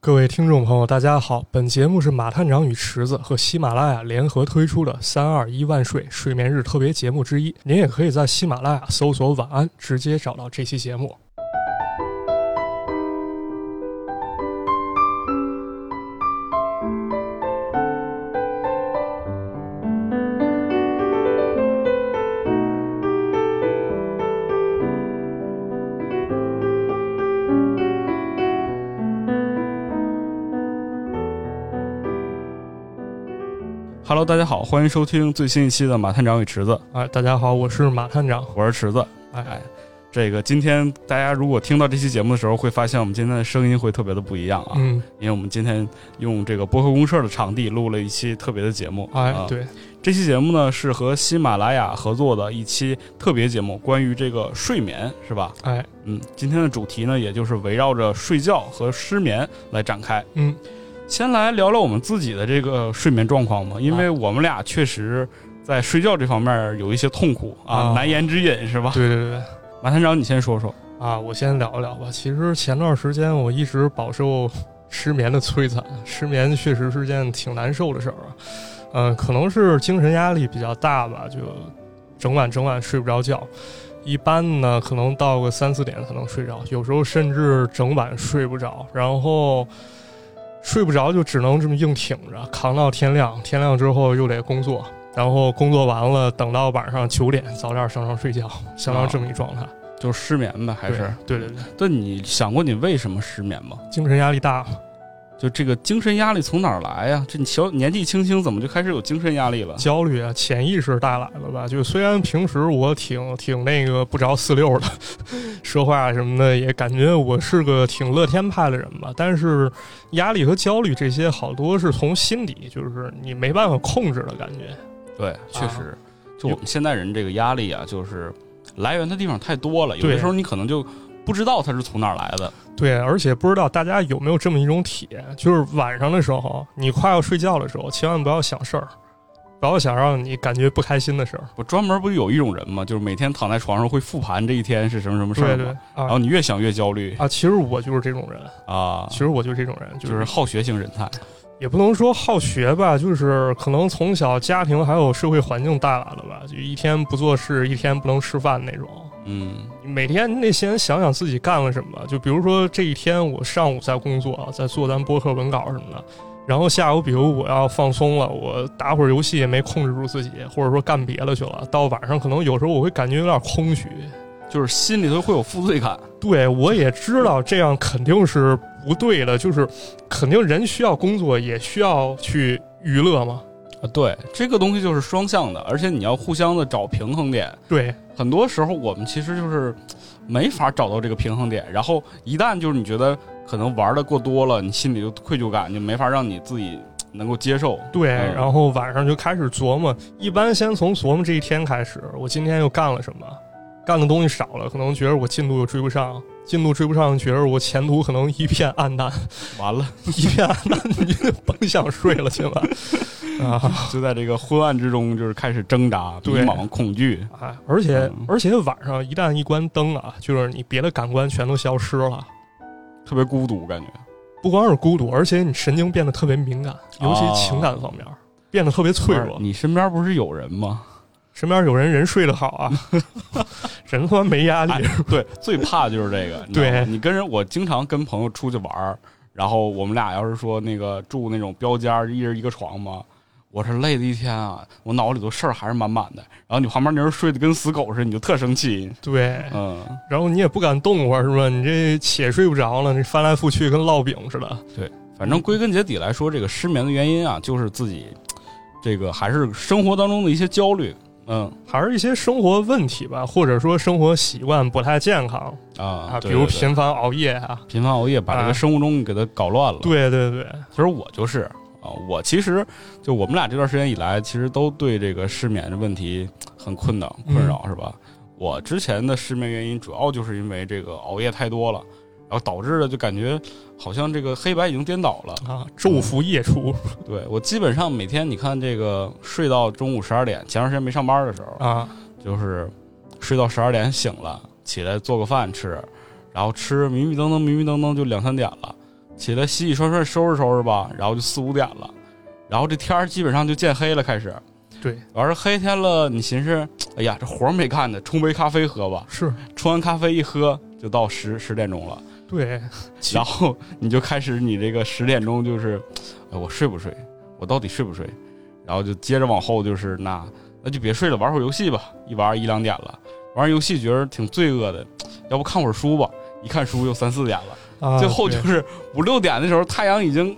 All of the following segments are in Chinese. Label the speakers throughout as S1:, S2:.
S1: 各位听众朋友，大家好！本节目是马探长与池子和喜马拉雅联合推出的“三二一万睡睡眠日”特别节目之一。您也可以在喜马拉雅搜索“晚安”，直接找到这期节目。
S2: Hello，大家好，欢迎收听最新一期的《马探长与池子》，
S1: 哎，大家好，我是马探长。
S2: 我是池子。
S1: 哎，
S2: 这个今天大家如果听到这期节目的时候，会发现我们今天的声音会特别的不一样啊，
S1: 嗯，
S2: 因为我们今天用这个播客公社的场地录了一期特别的节目。
S1: 哎
S2: 啊，，
S1: 对，
S2: 这期节目呢是和喜马拉雅合作的一期特别节目，关于这个睡眠，是吧？
S1: 哎，
S2: 嗯，今天的主题呢，也就是围绕着睡觉和失眠来展开。
S1: 嗯，
S2: 先来聊聊我们自己的这个睡眠状况
S1: 啊
S2: 吧，因为我们俩确实在睡觉这方面有一些痛苦啊，
S1: 啊
S2: 难言之隐是吧？
S1: 对对对对。
S2: 马探长，你先说说。
S1: 啊，我先聊一聊吧。其实前段时间我一直饱受失眠的摧残，失眠确实是件挺难受的事儿啊。嗯、可能是精神压力比较大吧，就整晚整晚睡不着觉。一般呢，可能到个三四点才能睡着，有时候甚至整晚睡不着。然后睡不着就只能这么硬挺着，扛到天亮。天亮之后又得工作，然后工作完了，等到晚上九点早点上床睡觉，相当这么一状态。
S2: 啊就是失眠呗，还是？
S1: 对对对。
S2: 但你想过你为什么失眠吗？
S1: 精神压力大，
S2: 就这个精神压力从哪儿来呀、这你小年纪轻轻怎么就开始有精神压力了？
S1: 焦虑啊，潜意识带来了吧？就虽然平时我挺挺那个不着四六的， 说话什么的也感觉我是个挺乐天派的人吧，但是压力和焦虑这些好多是从心底，就是你没办法控制的感觉。啊
S2: 对，确实，就我们现代人这个压力啊，就是来源的地方太多了，有的
S1: 对
S2: 时候你可能就不知道它是从哪儿来的。
S1: 对，而且不知道大家有没有这么一种体验，就是晚上的时候，你快要睡觉的时候，千万不要想事儿，不要想让你感觉不开心的事儿。
S2: 我专门不有一种人嘛，就是每天躺在床上会复盘这一天是什么什么事
S1: 对
S2: 儿
S1: 对
S2: 嘛，然
S1: 啊
S2: 后你越想越焦虑
S1: 啊，其实我就是这种人，
S2: 啊
S1: 其，实我就是这种人，
S2: 就是好学型人才。
S1: 也不能说好学吧，就是可能从小家庭还有社会环境带来的吧，就一天不做事，一天不能吃饭那种。
S2: 嗯，
S1: 你每天你得先想想自己干了什么，就比如说这一天我上午在工作，啊在做咱播客文稿什么的，然后下午比如我要放松了，我打会儿游戏也没控制住自己，或者说干别的去了，到晚上可能有时候我会感觉有点空虚。
S2: 就是心里头会有负罪感。
S1: 对，我也知道这样肯定是不对的，就是肯定人需要工作，也需要去娱乐嘛。
S2: 啊，对，这个东西就是双向的，而且你要互相的找平衡点。
S1: 对，
S2: 很多时候我们其实就是没法找到这个平衡点，然后一旦就是你觉得可能玩的过多了，你心里就愧疚感，就没法让你自己能够接受。
S1: 对，
S2: 嗯
S1: 然后晚上就开始琢磨，一般先从琢磨这一天开始，我今天又干了什么，干的东西少了，可能觉得我进度又追不上，进度追不上，觉得我前途可能一片暗淡，
S2: 完了，
S1: 一片暗淡，你就甭想睡了，亲们啊！
S2: 就在这个昏暗之中，就是开始挣扎、迷
S1: 对
S2: 茫、恐惧。
S1: 哎，而且
S2: 嗯
S1: 而且晚上一旦一关灯啊，就是你别的感官全都消失了，
S2: 特别孤独，感觉
S1: 不光是孤独，而且你神经变得特别敏感，尤其
S2: 哦
S1: 情感方面、变得特别脆
S2: 不
S1: 弱
S2: 是。你身边不是有人吗？
S1: 身边有人人睡得好啊， 人他妈没压力，
S2: 哎 对，最怕就是这个。你知道吗你跟人，我经常跟朋友出去玩儿，然后我们俩要是说那个住那种标间儿，一人一个床嘛，我这累的一天啊，我脑里头事儿还是满满的。然后你旁边那人睡得跟死狗似的，你就特生气。
S1: 对，
S2: 嗯，
S1: 然后你也不敢动会儿是吧？你这且睡不着了，你翻来覆去跟烙饼似的。
S2: 反正归根结底来说，这个失眠的原因啊，就是自己这个还是生活当中的一些焦虑。嗯
S1: 还是一些生活问题吧，或者说生活习惯不太健康
S2: 啊
S1: 啊，，比
S2: 对
S1: 如
S2: 对对
S1: 频繁熬夜啊。
S2: 频繁熬夜，把这
S1: 啊
S2: 个生物钟给它搞乱了。
S1: 对对对，
S2: 其实我就是啊，我其实就我们俩这段时间以来，其实都对这个失眠的问题很困扰，
S1: 嗯
S2: 困扰、是吧？我之前的失眠原因主要就是因为这个熬夜太多了，然后导致的就感觉好像这个黑白已经颠倒了。
S1: 啊，昼伏夜出
S2: 对我基本上每天你看这个睡到中午十二点，前段时间没上班的时候，
S1: 啊，
S2: 就是睡到十二点醒了，起来做个饭吃，然后吃迷迷瞪瞪迷迷瞪瞪就两三点了，起来洗洗涮涮收拾收拾吧，然后就四五点了，然后这天儿基本上就见黑了，开始。
S1: 对，
S2: 完事黑天了，你寻思，哎呀，这活儿没干呢，冲杯咖啡喝吧。
S1: 是
S2: 冲完咖啡一喝，就到十十点钟了，
S1: 对，
S2: 然后你就开始你这个十点钟就是，哎，我睡不睡？我到底睡不睡？然后就接着往后就是那那就别睡了，玩会儿游戏吧。一玩一两点了，玩完游戏觉得挺罪恶的，要不看会儿书吧？一看书又三四点了，
S1: 啊，
S2: 最后就
S1: 对
S2: 是五六点的时候，太阳已经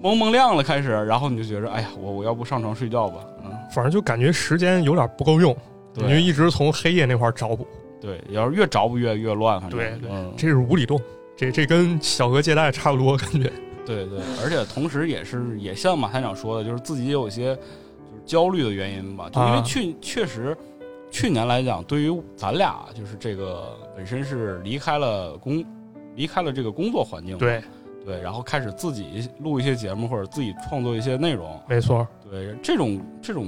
S2: 蒙蒙亮了，开始，然后你就觉着，哎呀，我我要不上床睡觉吧？嗯，
S1: 反正就感觉时间有点不够用，你就
S2: 对
S1: 一直从黑夜那块儿找补，
S2: 对，要是越着不越越乱，反正
S1: 对对
S2: 嗯
S1: 这是无底洞，这这跟小额借贷差不多感觉。
S2: 对对，而且同时也是也像马探长说的，就是自己也有一些就是焦虑的原因吧，就因为
S1: 啊
S2: 去、确实去年来讲，对于咱俩就是这个本身是离开了工离开了这个工作环境，
S1: 对，
S2: 对，然后开始自己录一些节目或者自己创作一些内容，
S1: 没错，
S2: 对这种这种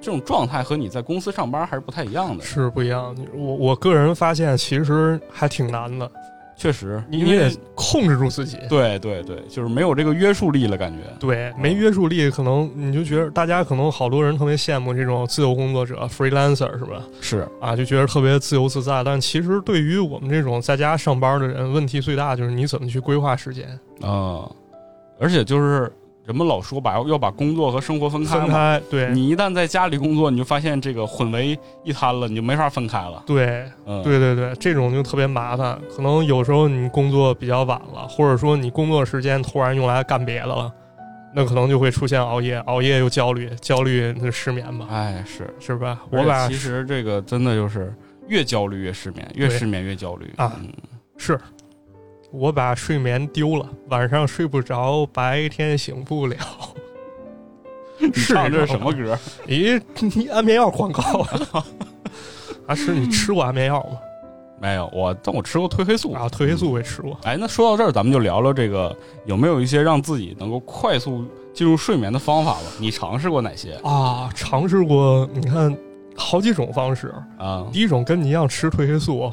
S2: 这种状态和你在公司上班还是不太一样的，
S1: 是不一样。你我我个人发现其实还挺难的，
S2: 确实，
S1: 你
S2: 因
S1: 你
S2: 为
S1: 得控制住自己。
S2: 对对对，就是没有这个约束力了，感觉
S1: 对，没约束力，可能你就觉得大家可能好多人特别羡慕这种自由工作者 freelancer 是吧？
S2: 是
S1: 啊，就觉得特别自由自在。但其实对于我们这种在家上班的人，问题最大就是你怎么去规划时间，
S2: 啊、而且就是人们老说把要把工作和生活分开
S1: 分
S2: 嘛。
S1: 开。对，
S2: 你一旦在家里工作，你就发现这个混为一谈了，你就没法分开了。
S1: 对，
S2: 嗯，
S1: 对对对，这种就特别麻烦。可能有时候你工作比较晚了，或者说你工作时间突然用来干别的了，那可能就会出现熬夜，熬夜又焦虑，焦虑那就失眠吧，
S2: 哎，是
S1: 是吧？
S2: 而
S1: 我
S2: 且
S1: 把
S2: 其实这个真的就是越焦虑越失眠，越
S1: 对
S2: 失眠越焦虑
S1: 啊
S2: 嗯
S1: 是，我把睡眠丢了，晚上睡不着，白天醒不了。
S2: 你
S1: 是
S2: 唱这
S1: 这种
S2: 是 什么歌？
S1: 咦，你安眠药广告 啊？啊，是你吃过安眠药吗？
S2: 没有，我但我吃过褪黑素
S1: 啊，褪黑素我也吃过。
S2: 哎，那说到这儿，咱们就聊聊这个有没有一些让自己能够快速进入睡眠的方法吧？你尝试过哪些
S1: 啊，尝试过，你看好几种方式。
S2: 啊、
S1: 第一种跟你一样吃褪黑素，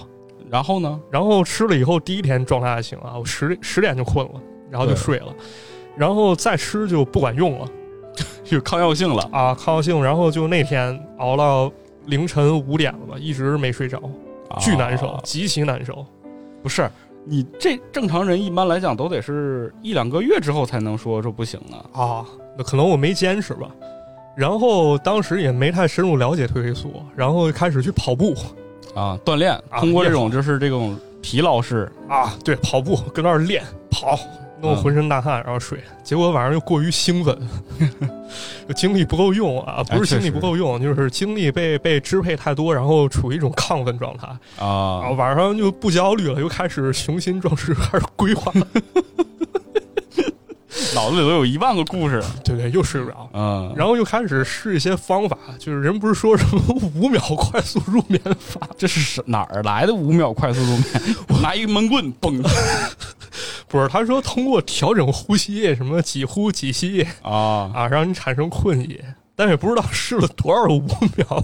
S2: 然 后呢？
S1: 然后吃了以后第一天状态还行啊，我十十点就困了，然后就
S2: 对
S1: 睡了，然后再吃就不管用了
S2: 有抗药性了
S1: 啊，抗药性，然后就那天熬到凌晨五点了吧，一直没睡着，巨难受，
S2: 啊
S1: 极其难受。
S2: 不是你这正常人一般来讲都得是一两个月之后才能说说不行呢。
S1: 啊，那可能我没坚持吧。然后当时也没太深入了解褪黑素，然后开始去跑步
S2: 啊，锻炼
S1: 啊
S2: 通过这种就是这种疲劳式
S1: 啊，对，跑步跟那儿练跑，弄得浑身大汗，然后睡。结果晚上又过于兴奋， 就精力不够用啊，
S2: 哎
S1: 不是精力
S2: 确实
S1: 不够用，就是精力被被支配太多，然后处于一种亢奋状态。啊，
S2: 啊，
S1: 晚上就不焦虑了，又开始雄心壮志，开始规划。
S2: 脑子里都有一万个故事。
S1: 对对，又睡不着。
S2: 嗯，
S1: 然后又开始试一些方法，就是人不是说什么五秒快速入眠法
S2: 这是哪儿来的五秒快速入 眠？拿一个闷棍嘣
S1: 不是，他说通过调整呼吸，什么几呼几吸
S2: 啊！
S1: 啊，让你产生困意，但也不知道试了多少个五 秒，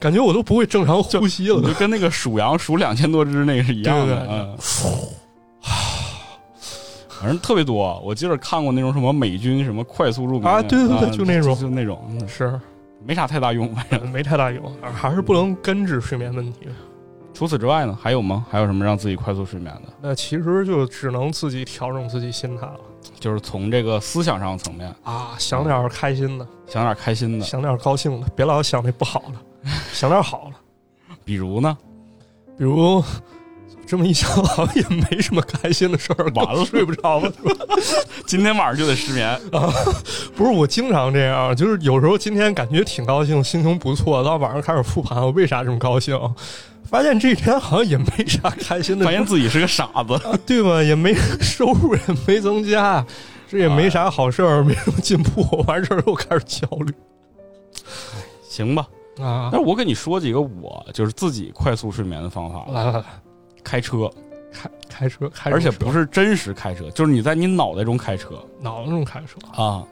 S1: 感觉我都不会正常呼吸
S2: 你
S1: 了。
S2: 就跟那个数羊数两千多只那个是一样
S1: 对
S2: 的，
S1: 对对
S2: 嗯，反正特别多。我记得看过那种什么美军什么快速入眠
S1: 啊对对对
S2: 嗯
S1: 就那种
S2: 就那种，嗯
S1: 是，
S2: 没啥太大用。反正
S1: 没太大用，啊还是不能根治睡眠问题。
S2: 除此之外呢，还有吗？还有什么让自己快速睡眠的？
S1: 那其实就只能自己调整自己心态了
S2: 就是从这个思想上层面
S1: 啊，想点儿开心的，
S2: 想点开心的，
S1: 想点儿高兴的，别老想那不好的，想点儿好的。
S2: 比如呢，
S1: 比如这么一想，好像也没什么开心的事儿，
S2: 完了
S1: 睡不着 了。
S2: 今天晚上就得失 眠。
S1: 不是我经常这样，就是有时候今天感觉挺高兴，心情不错，到晚上开始复盘，我为啥这么高兴？发现这一天好像也没啥开心的
S2: 发
S1: 事
S2: 现
S1: 儿，
S2: 自己是个傻子，
S1: 对吧？也没收入，也没增加，这也没啥好事儿，没什么进步。完事儿又开始焦虑
S2: 行吧？
S1: 啊
S2: 但！是我跟你说几个我就是自己快速睡眠的方法吧，
S1: 来来来，
S2: 开车，
S1: 开开车，嗯开
S2: 而且
S1: 不
S2: 不是真实开车，就是你在你脑袋中开车
S1: 脑子中开车
S2: 啊，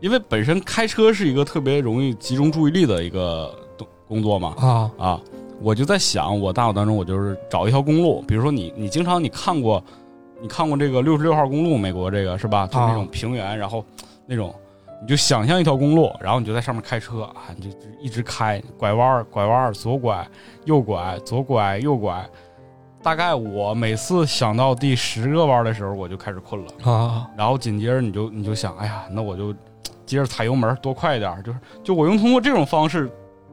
S2: 因为本身开车是一个特别容易集中注意力的一个动工作嘛
S1: 啊
S2: 啊，我就在想，我大脑当中我就是找一条公路，比如说你，你经常你看过你看过这个六十六号公路，美国这个是吧？就是那种平原，然后那种你就想象一条公路，然后你就在上面开车啊，你就一直开，拐弯儿拐弯儿，左拐右拐，左拐右拐。大概我每次想到第十个弯儿的时候，我就开始困了，
S1: 啊，
S2: 然后紧接着你就你就想，哎呀，那我就接着踩油门儿多快一点儿，就是就我用通过这种方式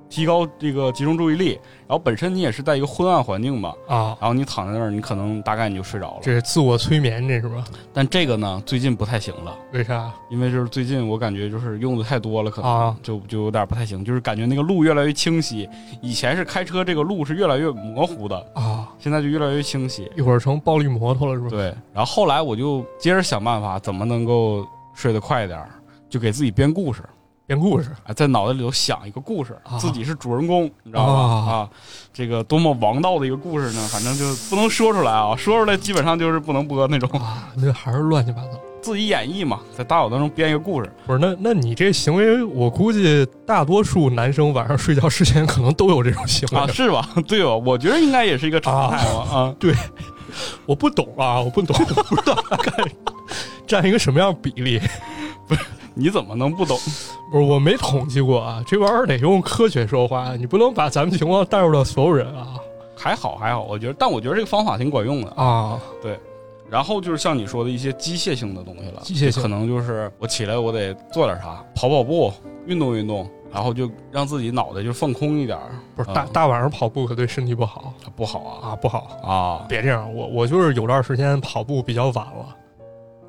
S2: 提高这个集中注意力。然后本身你也是在一个昏暗环境嘛，
S1: 啊，
S2: 然后你躺在那儿，你可能大概你就睡着了。
S1: 这是自我催眠，这是吧？
S2: 但这个呢，最近不太行了，
S1: 为啥
S2: 因为就是最近我感觉就是用的太多了，可能
S1: 啊？
S2: 就就有点不太行，就是感觉那个路越来越清晰。以前是开车这个路是越来越模糊的，
S1: 啊，
S2: 现在就越来越清晰。
S1: 一会儿成暴力摩托了是吧？
S2: 对，然后后来我就接着想办法，怎么能够睡得快一点儿，就给自己编故事，
S1: 编故事
S2: 啊，在脑袋里头想一个故事
S1: 啊，
S2: 自己是主人公，你知道吧？
S1: 啊
S2: 啊，这个多么王道的一个故事呢？反正就不能说出来啊，说出来基本上就是不能播那种，
S1: 啊，那还是乱七八糟。
S2: 自己演绎嘛，在大脑当中编一个故事。
S1: 不是，那那你这行为，我估计大多数男生晚上睡觉之前可能都有这种行为。
S2: 啊，是吧？ 对吧？我觉得应该也是一个常态嘛啊。
S1: 我不懂啊，我不懂， 我不知道大概占一个什么样比例。
S2: 你怎么能不懂？
S1: 不是，我没统计过啊，这玩意儿得用科学说话，你不能把咱们情况带入到所有人啊
S2: 还好还好，我觉得，但我觉得这个方法挺管用的。
S1: 啊！
S2: 然后就是像你说的一些机械性的东西了，
S1: 机械性
S2: 就可能就是我起来我得做点啥，跑跑步，运动运动，然后就让自己脑袋就放空一点儿，
S1: 不是
S2: 嗯
S1: 大大晚上跑步可对身体不好
S2: 不好啊
S1: 啊，不好，
S2: 啊！
S1: 别这样。我我就是有段时间跑步比较晚了，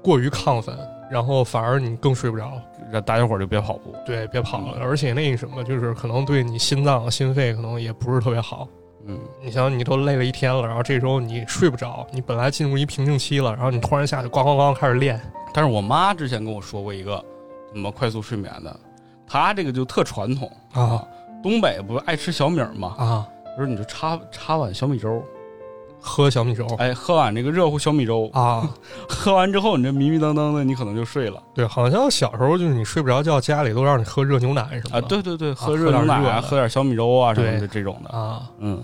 S1: 过于亢奋，然后反而你更睡不着。
S2: 让大家伙儿就别跑步。
S1: 对，别跑了，
S2: 嗯
S1: 而且那个什么，就是可能对你心脏、心肺可能也不是特别好。
S2: 嗯，
S1: 你想，你都累了一天了，然后这时候你睡不着，你本来进入一瓶颈期了，然后你突然下去咣咣咣开始练，
S2: 但是我妈之前跟我说过一个怎么快速睡眠的，她这个就特传统
S1: 啊。
S2: 东北不是爱吃小米儿吗？
S1: 啊，
S2: 就是你就插插碗小米粥，
S1: 喝小米粥
S2: 哎，喝碗这个热乎小米粥，
S1: 啊，
S2: 喝完之后你这迷迷瞪瞪的，你可能就睡了
S1: 对，好像小时候就是你睡不着觉，家里都让你喝热牛奶什么
S2: 啊。
S1: 的。
S2: 对对对，喝
S1: 喝
S2: 热牛
S1: 点
S2: 奶
S1: 热
S2: 啊，
S1: 的
S2: 喝点小米粥啊什么
S1: 对
S2: 的这种的，
S1: 啊，
S2: 嗯。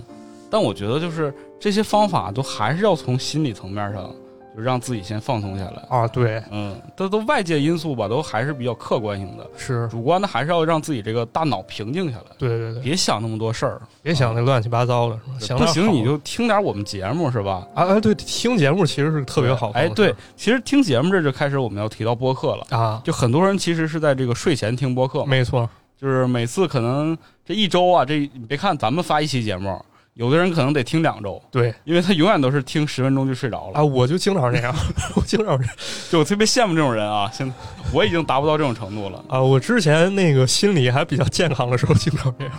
S2: 但我觉得就是这些方法都还是要从心理层面上，就让自己先放松下来。
S1: 啊，对，
S2: 嗯，这都外界因素吧，都还是比较客观性的，
S1: 是，
S2: 主观的还是要让自己这个大脑平静下来，
S1: 对对对，
S2: 别想那么多事儿。
S1: 别想那乱七八糟的，是吧？想
S2: 不
S1: 点好
S2: 行
S1: 的
S2: 你就听点我们节目是吧？
S1: 啊啊，对，听节目其实是特别好的方
S2: 哎，
S1: 式。
S2: 对，其实听节目这就开始我们要提到播客了。
S1: 啊，
S2: 就很多人其实是在这个睡前听播客嘛，
S1: 没错，
S2: 就是每次可能这一周啊，这你别看咱们发一期节目，有的人可能得听两周，
S1: 对
S2: 因为他永远都是听十分钟就睡着了。
S1: 啊，我就经常这样， 我经常这样。
S2: 就我特别羡慕这种人啊，现在我已经达不到这种程度了，
S1: 啊，我之前那个心理还比较健康的时候经常这样，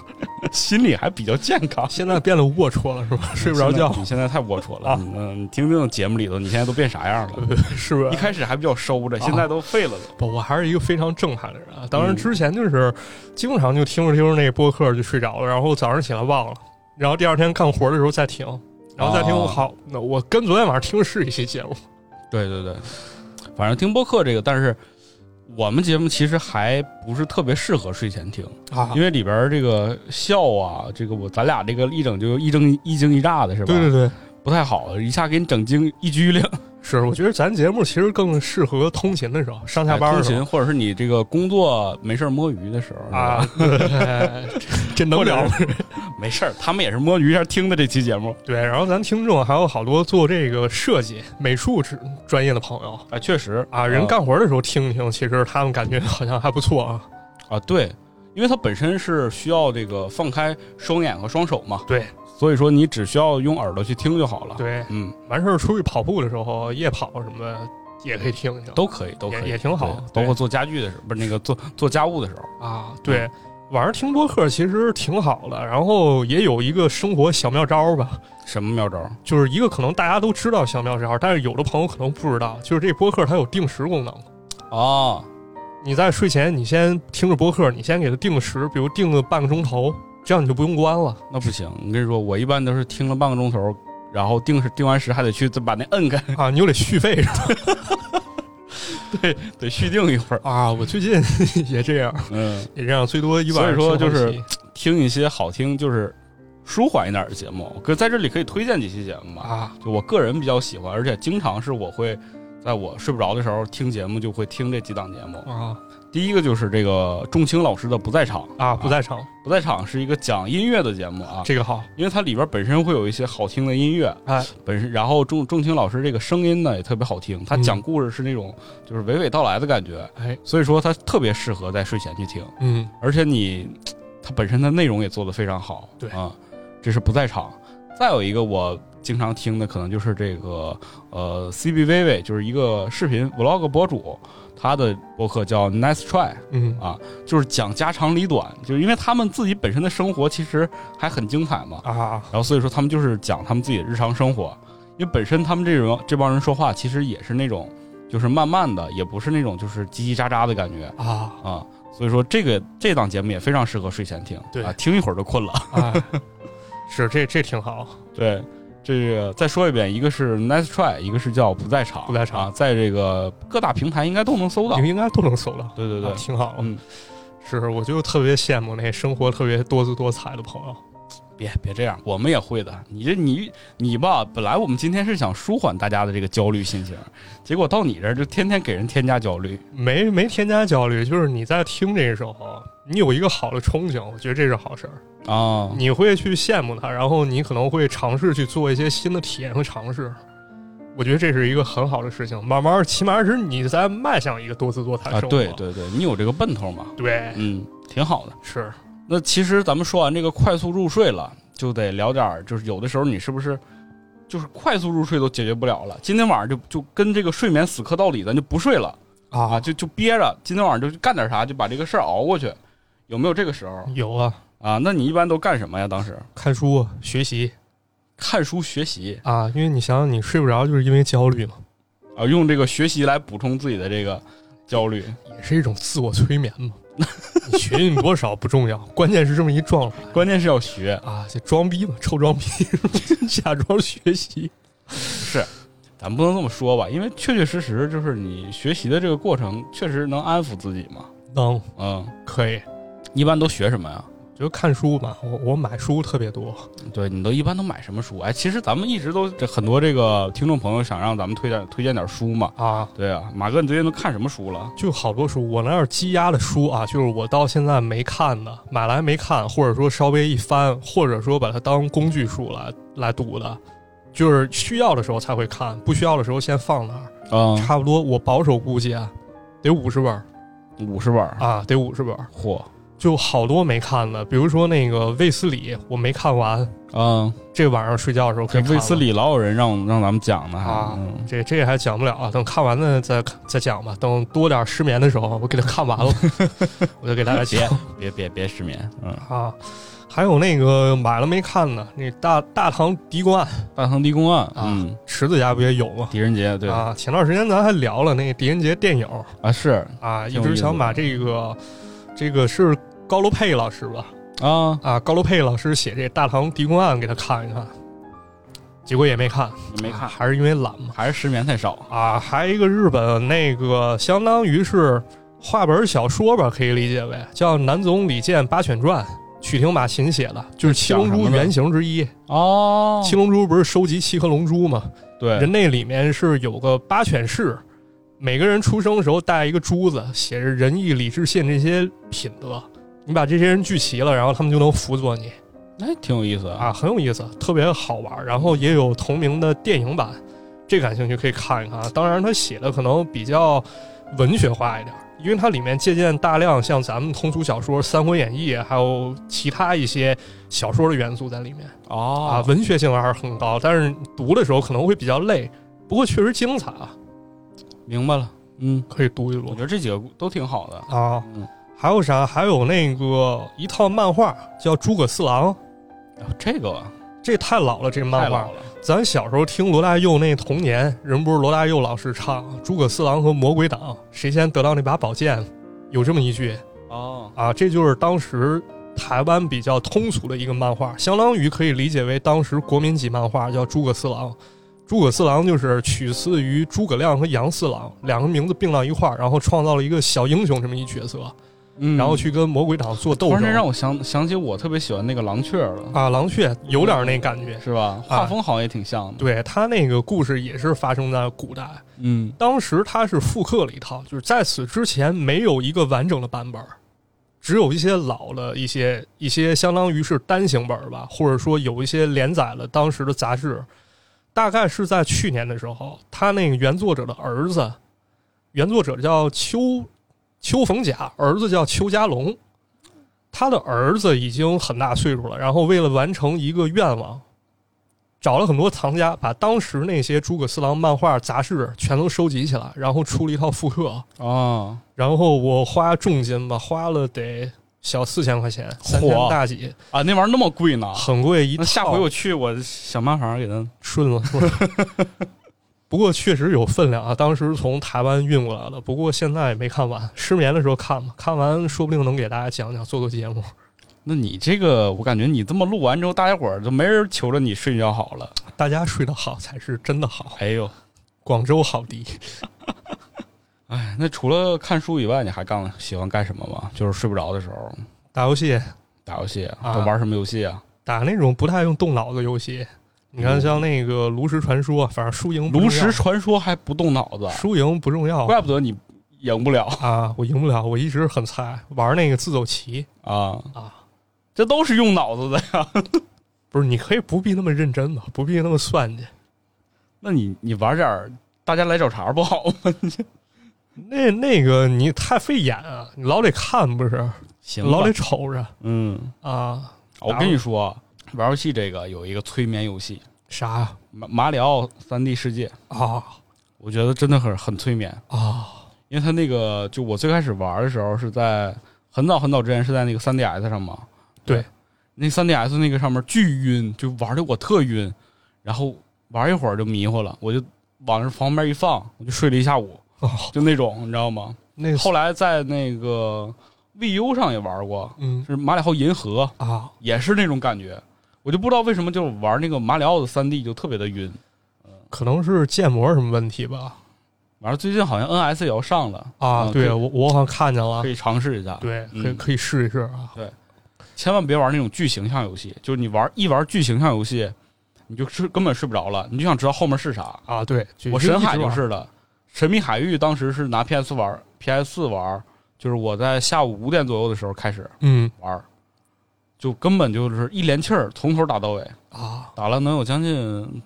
S2: 心理还比较健康，
S1: 现在变得龌龊了是吧？睡不着觉
S2: 现在你现在太龌龊了
S1: 啊，
S2: 你嗯，你听听节目里头，你现在都变啥样 了？
S1: 是不
S2: 一
S1: 是？
S2: 开始还比较收着，
S1: 啊
S2: 现在都废了都。
S1: 不，我还是一个非常正派的人啊。当然之前就是经常就听着听着那个播客就睡着了，然后早上起来忘了，然后第二天干活的时候再听，然后再听。
S2: 啊
S1: 好，那我跟昨天晚上听的是一期节目
S2: 对对对，反正听播客这个，但是我们节目其实还不是特别适合睡前听。
S1: 啊
S2: 因为里边儿这个笑啊，这个我咱俩这个一整就一惊一惊一乍的是吧？
S1: 对对对，
S2: 不太好，一下给你整惊一激灵。
S1: 是，我觉得咱节目其实更适合通勤的时候，上下班
S2: 通
S1: 的时候
S2: 勤，或者是你这个工作没事儿摸鱼的时候，
S1: 啊， 对这能
S2: 或者
S1: 聊吗？
S2: 没事儿，他们也是摸鱼一下听的这期节目。
S1: 对，然后咱听众还有好多做这个设计、美术之专业的朋友。
S2: 啊，确实
S1: 啊，人干活的时候听一听，其实他们感觉好像还不错啊。
S2: 啊，对，因为它本身是需要这个放开双眼和双手嘛，
S1: 对，
S2: 所以说你只需要用耳朵去听就好了。，
S1: 对，
S2: 嗯，
S1: 完事儿出去跑步的时候，夜跑什么的也可以听一听。
S2: 都可以，都可以，
S1: 也也挺好对
S2: 对包括做家具的时候，不是那个做做家务的时候，
S1: 啊，对，晚上听播客其实挺好的，然后也有一个生活小妙招儿吧，
S2: 什么妙招？
S1: 就是一个可能大家都知道小妙招儿，但是有的朋友可能不知道，就是这播客它有定时功能。
S2: 哦，
S1: 你在睡前，你先听着播客，你先给它定个时，比如定个半个钟头，这样你就不用关了。
S2: 那不行，我跟你说，我一般都是听了半个钟头，然后定时定完时还得去再把那摁开，
S1: 啊，你又得续费是吧？
S2: 得续订一会儿。
S1: 啊，我最近 也这样，
S2: 嗯，
S1: 也这样，最多一晚上
S2: 所以说
S1: 听
S2: 就
S1: 好
S2: 是
S1: 几
S2: 听一些好听，就是舒缓一点的节目。可在这里可以推荐几期节目吧，
S1: 啊，
S2: 就我个人比较喜欢，而且经常是我会在我睡不着的时候听节目，就会听这几档节目。
S1: 啊
S2: 第一个就是这个仲青老师的《不在场》
S1: 啊！不在场，
S2: 不在场是一个讲音乐的节目啊，
S1: 这个好
S2: 因为它里边本身会有一些好听的音乐，
S1: 哎，
S2: 本身然后仲仲青老师这个声音呢也特别好听，他
S1: 嗯
S2: 讲故事是那种就是娓娓道来的感觉，
S1: 哎，
S2: 所以说他特别适合在睡前去听，
S1: 嗯
S2: 而且你他本身的内容也做得非常好，
S1: 对
S2: 啊，这是不在场。再有一个我经常听的可能就是这个呃 C B V V，就是一个视频 vlog 博主，他的博客叫 Nice Try。
S1: 嗯
S2: 就是讲家长里短，就是因为他们自己本身的生活其实还很精彩嘛，
S1: 啊
S2: 然后所以说他们就是讲他们自己的日常生活，因为本身他们这种这帮人说话其实也是那种就是慢慢的，也不是那种就是叽叽喳喳的感觉
S1: 啊
S2: 啊，所以说这个这档节目也非常适合睡前听，
S1: 对
S2: 啊，听一会儿就困了。
S1: 哎，是这这挺好，
S2: 对，这个再说一遍，一个是 Nice Try，一个是叫不在场，
S1: 不在场
S2: 啊，在这个各大平台应该都能搜到
S1: 你。们应该都能搜到，
S2: 对对对
S1: 啊，挺好。
S2: 嗯，
S1: 是，我就特别羡慕那生活特别多姿多彩的朋友。
S2: 别别这样，我们也会的。你这你你吧，本来我们今天是想舒缓大家的这个焦虑心情，结果到你这儿就天天给人添加焦虑。
S1: 没没添加焦虑，就是你在听这个时候，你有一个好的憧憬，我觉得这是好事儿。
S2: 啊，
S1: 你会去羡慕他，然后你可能会尝试去做一些新的体验和尝试。我觉得这是一个很好的事情，慢慢起码是你在迈向一个多姿多彩的
S2: 啊，
S1: 生活。
S2: 对对对，你有这个奔头嘛？
S1: 对，
S2: 嗯，挺好的。
S1: 是
S2: 那其实咱们说完这个快速入睡了，就得聊点儿，就是有的时候你是不是就是快速入睡都解决不了了？今天晚上就就跟这个睡眠死磕到底，咱就不睡了啊，就就憋着，今天晚上就干点啥，就把这个事儿熬过去。有没有这个时候
S1: 有啊，
S2: 啊？那你一般都干什么呀？当时
S1: 看书学习
S2: 看书学习
S1: 啊，因为你想想，你睡不着就是因为焦虑嘛，
S2: 啊，用这个学习来补充自己的这个焦虑。
S1: 也是一种自我催眠嘛。你学进多少不重要，关键是这么一状态
S2: 关键是要学，
S1: 啊，这装逼嘛，臭装逼，假装学习。
S2: 咱不能这么说吧，因为确确实实就是你学习的这个过程，确实能安抚自己嘛。
S1: 能
S2: 嗯，
S1: 可以，
S2: 一般都学什么呀？
S1: 就看书吧。我我买书特别多，
S2: 对你都一般都买什么书？哎，其实咱们一直都这很多这个听众朋友想让咱们推荐推荐点书嘛。
S1: 啊，
S2: 对啊，马哥，你最近都看什么书了？
S1: 就好多书。我那儿积压的书啊，就是我到现在没看的，买来没看，或者说稍微一翻，或者说把它当工具书来来读的，就是需要的时候才会看，不需要的时候先放那儿。
S2: 嗯，
S1: 差不多，我保守估计啊，得五十本儿
S2: 五十本儿。
S1: 啊，得五十本儿，
S2: 嚯，
S1: 就好多没看的，比如说那个《卫斯理》，我没看完，
S2: 嗯，
S1: 这晚上睡觉的时候可
S2: 这
S1: 以看
S2: 哎卫
S1: 了
S2: 斯理老有人让让咱们讲呢。还
S1: 啊
S2: 嗯
S1: 这这还讲不了啊，等看完了再再讲吧。等多点失眠的时候，我给他看完 了，我就给大家讲
S2: 别别别失眠。嗯，
S1: 啊。还有那个买了没看呢，那大大唐狄公案，
S2: 大唐狄公案。
S1: 啊
S2: 嗯，
S1: 池子家不也有吗？
S2: 狄仁杰对
S1: 啊，前段时间咱还聊了那个狄仁杰电影
S2: 啊是
S1: 啊，一
S2: 挺有意思的
S1: 直想把这个这个是高楼佩老师吧？
S2: 啊，
S1: 啊，高楼佩老师写这《大唐狄公案》给他看一看，结果也没看，
S2: 你没看，
S1: 还是因为懒嘛。
S2: 还是失眠太少。
S1: 啊，还有一个日本那个，相当于是画本小说吧，可以理解为叫《南总李健八犬传》，曲廷马琴写的，就是七龙珠原型之一。
S2: 哦
S1: 七龙珠不是收集七颗龙珠吗？
S2: 对，
S1: 人那里面是有个八犬士，每个人出生的时候带一个珠子，写着仁义礼智信这些品德。你把这些人聚齐了，然后他们就能辅佐你
S2: 哎，挺有意思啊。
S1: 啊，很有意思，特别好玩。然后也有同名的电影版，这感兴趣可以看一看。当然，它写的可能比较文学化一点，因为它里面借鉴大量像咱们通俗小说《三国演义》还有其他一些小说的元素在里面
S2: 哦
S1: 啊，文学性还是很高，但是读的时候可能会比较累，不过确实精彩啊，
S2: 明白了。嗯，
S1: 可以读一
S2: 我
S1: 读
S2: 觉得这几个都挺好的。
S1: 啊
S2: 嗯。
S1: 还有啥？还有那个一套漫画叫《诸葛四郎》，
S2: 啊这个啊
S1: 这太老了，这
S2: 太
S1: 漫画
S2: 老。了。
S1: 咱小时候听罗大佑那《童年》，人不是罗大佑老师唱《诸葛四郎和魔鬼党》，谁先得到那把宝剑，有这么一句
S2: 哦，
S1: 啊，这就是当时台湾比较通俗的一个漫画，相当于可以理解为当时国民级漫画叫《诸葛四郎》。诸葛四郎就是取自于诸葛亮和杨四郎两个名字并到一块儿，然后创造了一个小英雄这么一角色
S2: 嗯
S1: 然后去跟魔鬼党做斗
S2: 突然
S1: 争
S2: 间让我想想起我特别喜欢那个狼雀了，
S1: 啊，狼雀有点那感觉。
S2: 是吧？
S1: 啊
S2: 画风好像也挺像的。
S1: 对他那个故事也是发生在古代，
S2: 嗯，
S1: 当时他是复刻了一套，就是在此之前没有一个完整的版本，只有一些老了一些一些相当于是单行本吧，或者说有一些连载了当时的杂志。大概是在去年的时候，他那个原作者的儿子，原作者叫邱邱逢甲，儿子叫邱家龙。他的儿子已经很大岁数了，然后为了完成一个愿望，找了很多藏家，把当时那些诸葛四郎漫画杂志全都收集起来，然后出了一套复刻。
S2: 哦，
S1: 然后我花重金吧，花了得小四千块钱，三千大几，
S2: 啊，那玩意儿那么贵呢？
S1: 很贵一套。
S2: 那下回我去，我想办法给他。
S1: 顺了。顺了不过确实有分量啊，当时从台湾运过来的，不过现在也没看完。失眠的时候看吧，看完说不定能给大家讲讲，做做节目。
S2: 那你这个，我感觉你这么录完之后，大家伙儿就没人求着你睡觉好了。
S1: 大家睡得好才是真的好，
S2: 哎呦，
S1: 广州好迪。
S2: 哎，那除了看书以外，你还干喜欢干什么吗？就是睡不着的时候
S1: 打游戏
S2: 打游戏，
S1: 啊
S2: 都玩什么游戏啊？
S1: 打那种不太用动脑子游戏，你看像那个炉石传说，反正输赢不重
S2: 嗯炉
S1: 要
S2: 石传说还不动脑子，
S1: 输赢不重要
S2: 怪不得你赢不了
S1: 啊，我赢不了，我一直很菜，玩那个自走棋
S2: 啊！
S1: 啊，
S2: 这都是用脑子的。
S1: 不是你可以不必那么认真嘛，不必那么算计，
S2: 那你你玩点儿，大家来找茬不好吗？
S1: 那那个你太费眼啊，你老得看不是，
S2: 行
S1: 老得瞅着
S2: 嗯，
S1: 啊，
S2: 我跟你说，啊玩游戏这个有一个催眠游戏，
S1: 啥呀
S2: 马马里奥三 D 世界，
S1: 啊
S2: 我觉得真的很很催眠，
S1: 啊
S2: 因为它那个就我最开始玩的时候是在很早很早之前是在那个 3DS 上嘛，
S1: 对，
S2: 那 3DS 那个上面巨晕，就玩的我特晕，然后玩一会儿就迷糊了，我就往那旁边一放，我就睡了一下午，
S1: 哦，
S2: 就那种你知道吗？
S1: 那
S2: 后来在那个 VU 上也玩过，
S1: 嗯
S2: 是马里奥银河，
S1: 啊，
S2: 也是那种感觉。我就不知道为什么，就是玩那个马里奥的三 D 就特别的晕。
S1: 可能是建模什么问题吧
S2: 完了，最近好像 NS 也要上了
S1: 啊，
S2: 嗯
S1: 对
S2: 可以
S1: 我我好像看见了
S2: 可，以尝试一下。，
S1: 对，可以
S2: 嗯
S1: 可以试一试啊，
S2: 千万别玩那种剧情向游戏，就是你玩一玩剧情向游戏，你就睡根本睡不着了，你就想知道后面是啥。
S1: 啊，对，就
S2: 我
S1: 就一
S2: 神
S1: 直
S2: 海就
S1: 玩
S2: 是的，神秘海域当时是拿 PS 玩，PS 四玩，就是我在下午五点左右的时候开始
S1: 嗯
S2: 玩，就根本就是一连气儿从头打到尾，
S1: 啊，
S2: 打了能有将近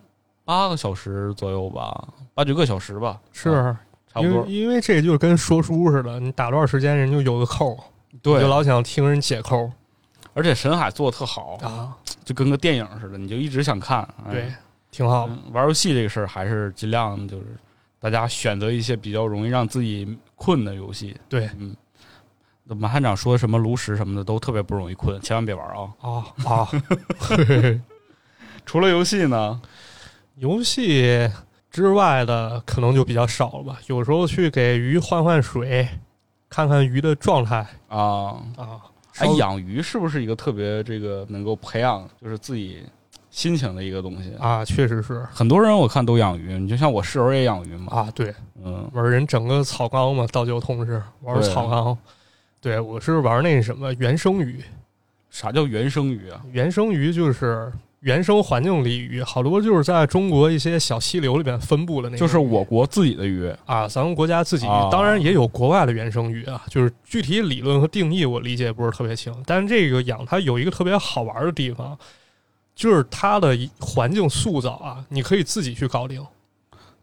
S2: 八个小时左右吧，八九个小时吧，
S1: 是
S2: 啊差不多
S1: 因为。因为这就跟说书似的，你打多少时间人就有个扣，你就
S2: 对，
S1: 老想听人解扣
S2: 而且神海做的特好，
S1: 啊，
S2: 就跟个电影似的，你就一直想看。哎
S1: 对，，挺好
S2: 嗯玩游戏这个事儿还是尽量就是大家选择一些比较容易让自己困的游戏。
S1: 对，
S2: 嗯。那马探长说什么炉石什么的都特别不容易困，千万别玩啊！
S1: 啊啊， 嘿嘿嘿
S2: 除了游戏呢，
S1: 游戏之外的可能就比较少了吧，有时候去给鱼换换水，看看鱼的状态
S2: 啊，
S1: 啊，
S2: 哎
S1: 稍，
S2: 养鱼是不是一个特别这个能够培养就是自己心情的一个东西？
S1: 啊，确实是
S2: 很多人我看都养鱼，你就像我室友也养鱼嘛，
S1: 啊，对，
S2: 嗯，
S1: 玩人整个草缸嘛，倒酒同志玩
S2: 对
S1: 草缸，对我是玩那什么原生鱼，
S2: 啥叫原生鱼啊？
S1: 原生鱼就是原生环境里鱼，好多就是在中国一些小溪流里边分布的那种，
S2: 就是我国自己的鱼
S1: 啊，咱们国家自己、
S2: 哦
S1: 当然也有国外的原生鱼啊，就是具体理论和定义我理解不是特别清，但是这个养它有一个特别好玩的地方，就是它的一环境塑造啊，你可以自己去搞定，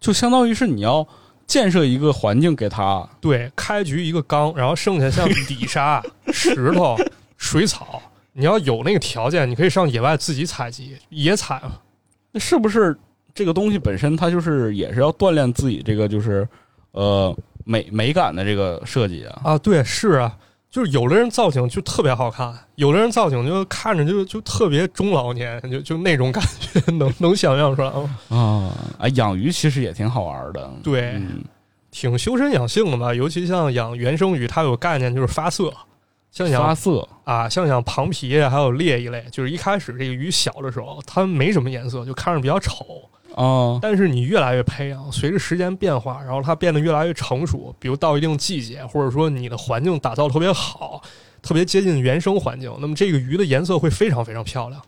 S2: 就相当于是你要建设一个环境给它，
S1: 对，开局一个缸，然后剩下像底沙、石头、水草。你要有那个条件，你可以上野外自己采集野采嘛
S2: 那是不是这个东西本身它就是也是要锻炼自己这个就是呃美美感的这个设计啊？
S1: 啊，对，是啊，就是有的人造型就特别好看，有的人造型就看着就就特别中老年，就就那种感觉，能能想象出来吗？
S2: 啊，哎，养鱼其实也挺好玩的，
S1: 对，
S2: 嗯，
S1: 挺修身养性的嘛，尤其像养原生鱼，它有概念就是发色，像
S2: 发
S1: 养
S2: 色
S1: 啊，像养螃蟹还有鬣一类，就是一开始这个鱼小的时候，它没什么颜色，就看着比较丑，
S2: 啊
S1: 但是你越来越培养，随着时间变化，然后它变得越来越成熟。比如到一定季节，或者说你的环境打造特别好，特别接近原生环境，那么这个鱼的颜色会非常非常漂亮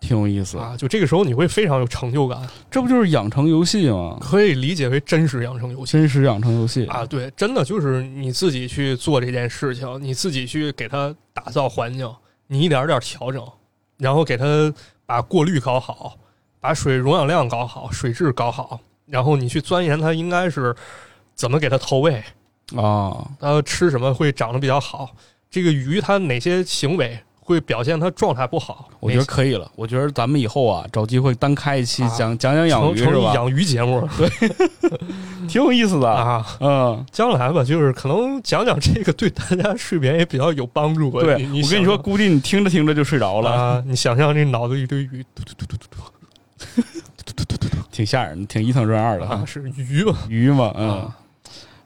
S2: 挺有意思。
S1: 啊！就这个时候你会非常有成就感，
S2: 这不就是养成游戏吗？
S1: 可以理解为真实养成游戏
S2: 真实养成游戏
S1: 啊！对，真的就是你自己去做这件事情，你自己去给它打造环境，你一点儿点儿调整，然后给它把过滤搞好，把水溶氧量搞好，水质搞好，然后你去钻研它应该是怎么给它投喂，
S2: 啊！
S1: 它吃什么会长得比较好，这个鱼它哪些行为会表现它状态不好，
S2: 我觉得
S1: 哪些
S2: 可以了。我觉得咱们以后啊，找机会单开一期
S1: 啊
S2: 讲讲讲养
S1: 成
S2: 鱼
S1: 成
S2: 是
S1: 一
S2: 吧？
S1: 养鱼节目
S2: 挺有意思的。
S1: 啊。
S2: 嗯，
S1: 将来吧，就是可能讲讲这个对大家睡眠也比较有帮助吧。
S2: 对，
S1: 你
S2: 我跟你说，估计你听着听着就睡着
S1: 好
S2: 了，
S1: 啊，你想象这脑子一堆鱼，嘟嘟嘟嘟嘟
S2: 挺吓人，挺伊藤润二
S1: 嘟
S2: 的
S1: 啊，
S2: 啊。
S1: 是鱼吧？
S2: 鱼嘛，嗯
S1: 啊。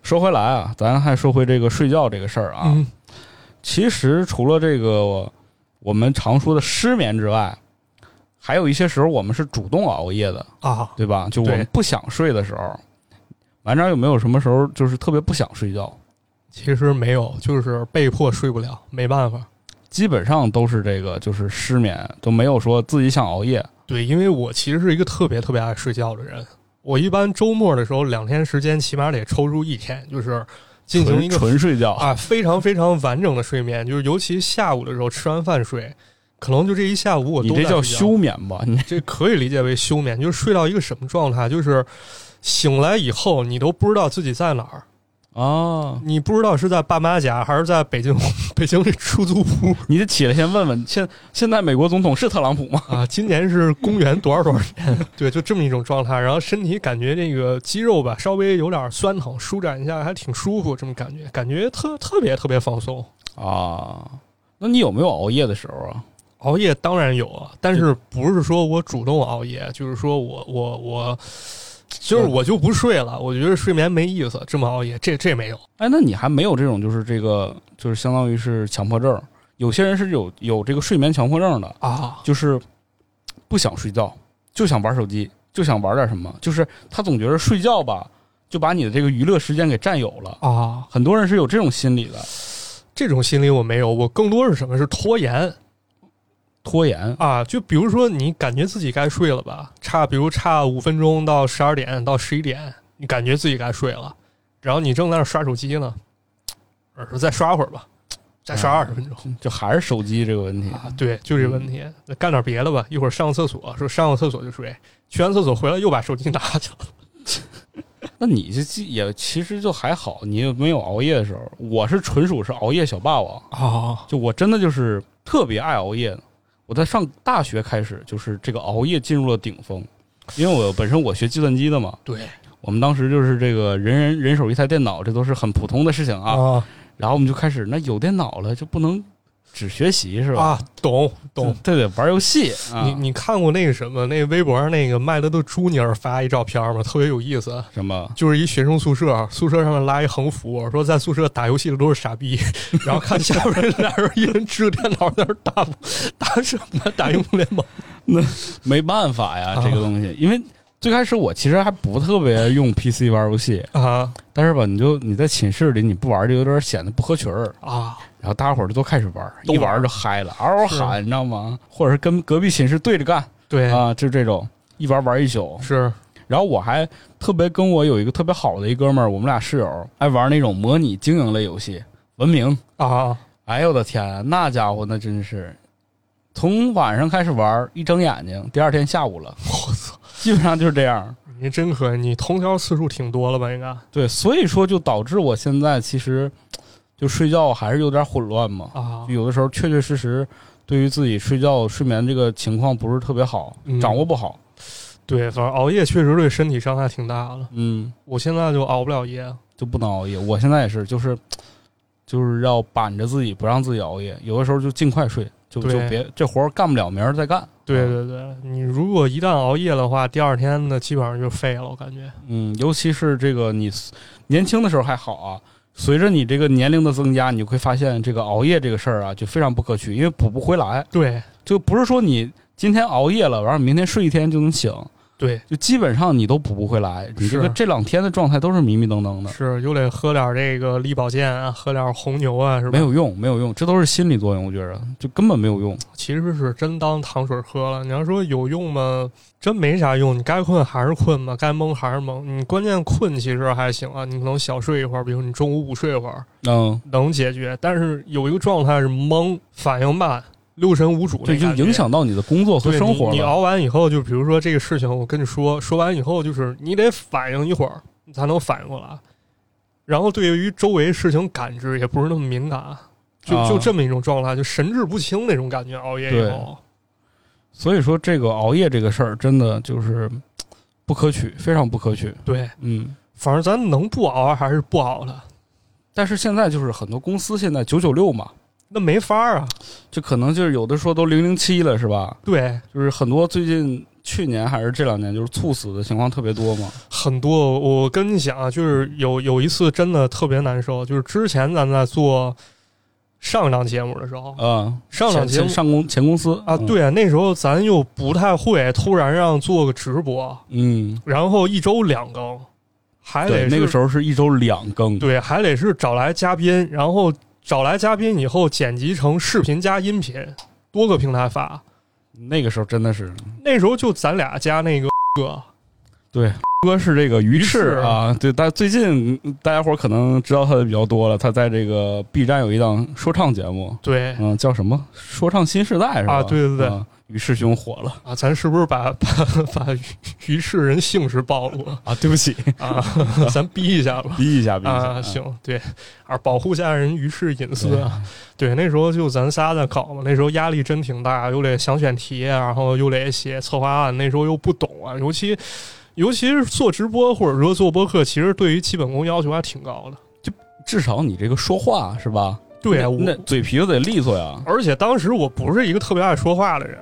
S2: 说回来啊，咱还说回这个睡觉这个事儿啊。
S1: 嗯
S2: 其实除了这个我我们常说的失眠之外，还有一些时候我们是主动熬夜的，
S1: 啊，
S2: 对吧？就我
S1: 对
S2: 们不想睡的时候，完章有没有什么时候就是特别不想睡觉？
S1: 其实没有，就是被迫睡不了，没办法。
S2: 基本上都是这个就是失眠，都没有说自己想熬夜。
S1: 对，因为我其实是一个特别特别爱睡觉的人，我一般周末的时候两天时间起码得抽出一天，就是进行一
S2: 纯
S1: 个
S2: 纯睡觉，
S1: 啊，非常非常完整的睡眠，就是尤其下午的时候吃完饭睡，可能就这一下午我
S2: 你
S1: 都
S2: 这
S1: 在
S2: 叫
S1: 睡觉
S2: 休眠吧？你
S1: 这可以理解为休眠，就是睡到一个什么状态，就是醒来以后你都不知道自己在哪儿，
S2: 啊，
S1: 你不知道是在爸妈家还是在北京 北京这出租屋
S2: 你得起来先问问，现现在美国总统是特朗普吗？
S1: 啊，今年是公元多少多少年，对，就这么一种状态，然后身体感觉这个肌肉吧稍微有点酸疼，舒展一下还挺舒服，这么感觉，感觉特特别特别放松。
S2: 啊，那你有没有熬夜的时候啊？
S1: 熬夜当然有啊，但是不是说我主动熬夜，就是说我我我，就是我就不睡了，我觉得睡眠没意思，这么熬夜，这这没有。
S2: 哎，那你还没有这种就是这个就是相当于是强迫症，有些人是有有这个睡眠强迫症的，
S1: 啊，
S2: 就是不想睡觉，就想玩手机，就想玩点什么，就是他总觉得睡觉吧就把你的这个娱乐时间给占有了。
S1: 啊，
S2: 很多人是有这种心理的，
S1: 这种心理我没有，我更多是什么？是拖延
S2: 拖延
S1: 啊。就比如说，你感觉自己该睡了吧，差比如差五分钟到十二点到十一点，你感觉自己该睡了，然后你正在那儿刷手机呢，我说再刷会儿吧，再刷
S2: 啊
S1: 二十分钟。
S2: 就还是手机这个问题。
S1: 啊，对，就这问
S2: 嗯
S1: 题，那干点别的吧。一会儿上个厕所，说上个厕所就睡，去完厕所回来又把手机拿去了。
S2: 那你这也其实就还好，你也没有熬夜的时候。我是纯属是熬夜小霸王，
S1: 哦，
S2: 就我真的就是特别爱熬夜。我在上大学开始，就是这个熬夜进入了顶峰，因为我本身我学计算机的嘛，
S1: 对
S2: 我们当时就是这个人人人手一台电脑，这都是很普通的事情啊。
S1: 啊
S2: 然后我们就开始，那有电脑了就不能只学习是吧？
S1: 啊，懂懂。
S2: 这这得玩游戏啊。
S1: 你你看过那个什么，那微博上那个麦德的朱尼尔发一照片吗？特别有意思，啊
S2: 什么？
S1: 就是一学生宿舍，宿舍上面拉一横幅，说在宿舍打游戏的都是傻逼， 然后看下边俩人一人支着电脑在那儿打打什么打英雄联盟
S2: 没办法呀，
S1: 啊
S2: 这个东西，因为最开始我其实还不特别用 PC 玩游戏，
S1: 啊
S2: 但是吧，你就你在寝室里你不玩就有点显得不合群儿，
S1: 啊
S2: 然后大家伙儿就都开始玩，
S1: 都
S2: 一
S1: 玩
S2: 玩就嗨了，嗷嗷
S1: 是
S2: 喊，你知道吗？或者是跟隔壁寝室对着干
S1: 对
S2: 啊，就这种一玩玩一宿。
S1: 是
S2: 然后我还特别跟我有一个特别好的一哥们儿，我们俩室友爱玩那种模拟经营类游戏，文明。
S1: 啊
S2: 哎呦我的天，那家伙那真是，从晚上开始玩，一睁眼睛，第二天下午了，
S1: 我操，
S2: 基本上就是这样。
S1: 你真可以，你通宵次数挺多了吧？应该
S2: 对，所以说就导致我现在其实就睡觉还是有点混乱嘛，
S1: 啊
S2: 就有的时候确确实实对于自己睡觉睡眠这个情况不是特别好，
S1: 嗯
S2: 掌握不好。
S1: 对，反正熬夜确实对身体伤害挺大的。
S2: 嗯，
S1: 我现在就熬不了夜，
S2: 就不能熬夜。我现在也是，就是就是要板着自己，不让自己熬夜。有的时候就尽快睡，就
S1: 对
S2: 就别这活儿干不了，明儿再干。
S1: 对对对，你如果一旦熬夜的话，第二天呢基本上就废了，我感觉。
S2: 嗯，尤其是这个你年轻的时候还好啊。随着你这个年龄的增加，你会发现这个熬夜这个事儿啊，就非常不可取，因为补不回来。
S1: 对
S2: 就不是说你今天熬夜了，完了明天睡一天就能醒，
S1: 对，
S2: 就基本上你都补不回来。你这个
S1: 是
S2: 这两天的状态都是迷迷瞪瞪的，
S1: 是又得喝点这个力保健啊，喝点红牛啊，是吧？
S2: 没有用，没有用，这都是心理作用，我觉着就根本没有用。
S1: 其实是真当糖水喝了。你要说有用吗？真没啥用。你该困还是困嘛，该懵还是懵。你关键困其实还行啊，你可能小睡一会儿，比如你中午午睡一会儿
S2: 嗯，
S1: 能解决。但是有一个状态是懵，反应慢，六神无主，
S2: 这就影响到你的工作和
S1: 对
S2: 生活了。
S1: 你。你熬完以后，就比如说这个事情，我跟你说，说完以后，就是你得反应一会儿，你才能反应过来。然后对于周围事情感知也不是那么敏感，就、
S2: 啊
S1: 就这么一种状态，就神志不清那种感觉。熬夜以后，
S2: 所以说，这个熬夜这个事儿，真的就是嘖不可取，非常不可取。
S1: 对
S2: 嗯，
S1: 反正咱能不熬还是不熬了，
S2: 但是现在就是很多公司现在九九六嘛，
S1: 那没法儿啊。
S2: 就可能就是有的说都零零七了，是吧？
S1: 对，
S2: 就是很多最近去年还是这两年，就是猝死的情况特别多嘛。
S1: 很多我跟你讲啊，就是有有一次真的特别难受，就是之前咱在做上一档节目的时候，
S2: 嗯，
S1: 上档
S2: 前
S1: 节目
S2: 前上公前公司嗯
S1: 啊，，对啊，那时候咱又不太会，突然让做个直播，
S2: 嗯，
S1: 然后一周两更，还得
S2: 嗯对，
S1: 是
S2: 那个时候是一周两更，
S1: 对，还得是找来嘉宾，然后找来嘉宾以后剪辑成视频加音频，多个平台发。
S2: 那个时候真的是，
S1: 那时候就咱俩加那个哥，
S2: 对， 哥是这个鱼
S1: 翅
S2: 翅啊，对，但最近嗯大家伙儿可能知道他的比较多了，他在这个 B 站有一档说唱节目，
S1: 对
S2: 嗯，叫什么？说唱新时代是吧？
S1: 啊对对对
S2: 啊，于世兄火了
S1: 啊，咱是不是把 把把于世人姓氏暴露了
S2: 啊！对不起，
S1: 啊？咱逼一下吧。
S2: 逼一 下，逼一下嗯
S1: 啊，行，对，啊，保护下人于世隐私
S2: 对
S1: 啊，对，那时候就咱仨在搞嘛，那时候压力真挺大，又得想选题，啊然后又得写策划案，那时候又不懂啊，尤其尤其是做直播或者说做播客，其实对于基本功要求还挺高的。
S2: 至少你这个说话是吧？
S1: 对啊，
S2: 那
S1: 我
S2: 那嘴皮子得利索呀。
S1: 而且当时我不是一个特别爱说话的人，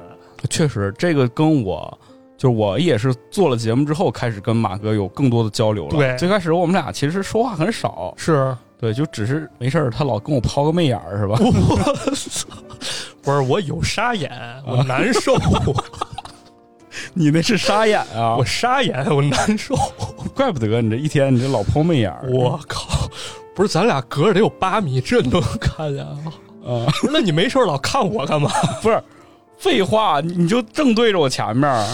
S2: 确实，这个跟我就是我也是做了节目之后，开始跟马哥有更多的交流了。
S1: 对
S2: 最开始我们俩其实说话很少，
S1: 是
S2: 对，就只是没事儿，他老跟我抛个媚眼儿，是吧？
S1: 不是我有沙眼，我难受，
S2: 你那是沙眼 啊
S1: 我！沙眼，我难受，
S2: 怪不得你这一天你这老抛媚眼儿。
S1: 我靠，不是咱俩隔着得有八米，这你都能看见 啊？
S2: 啊、
S1: 不是，那你没事儿老看我干嘛？
S2: 不是，废话，你你就正对着我前面儿。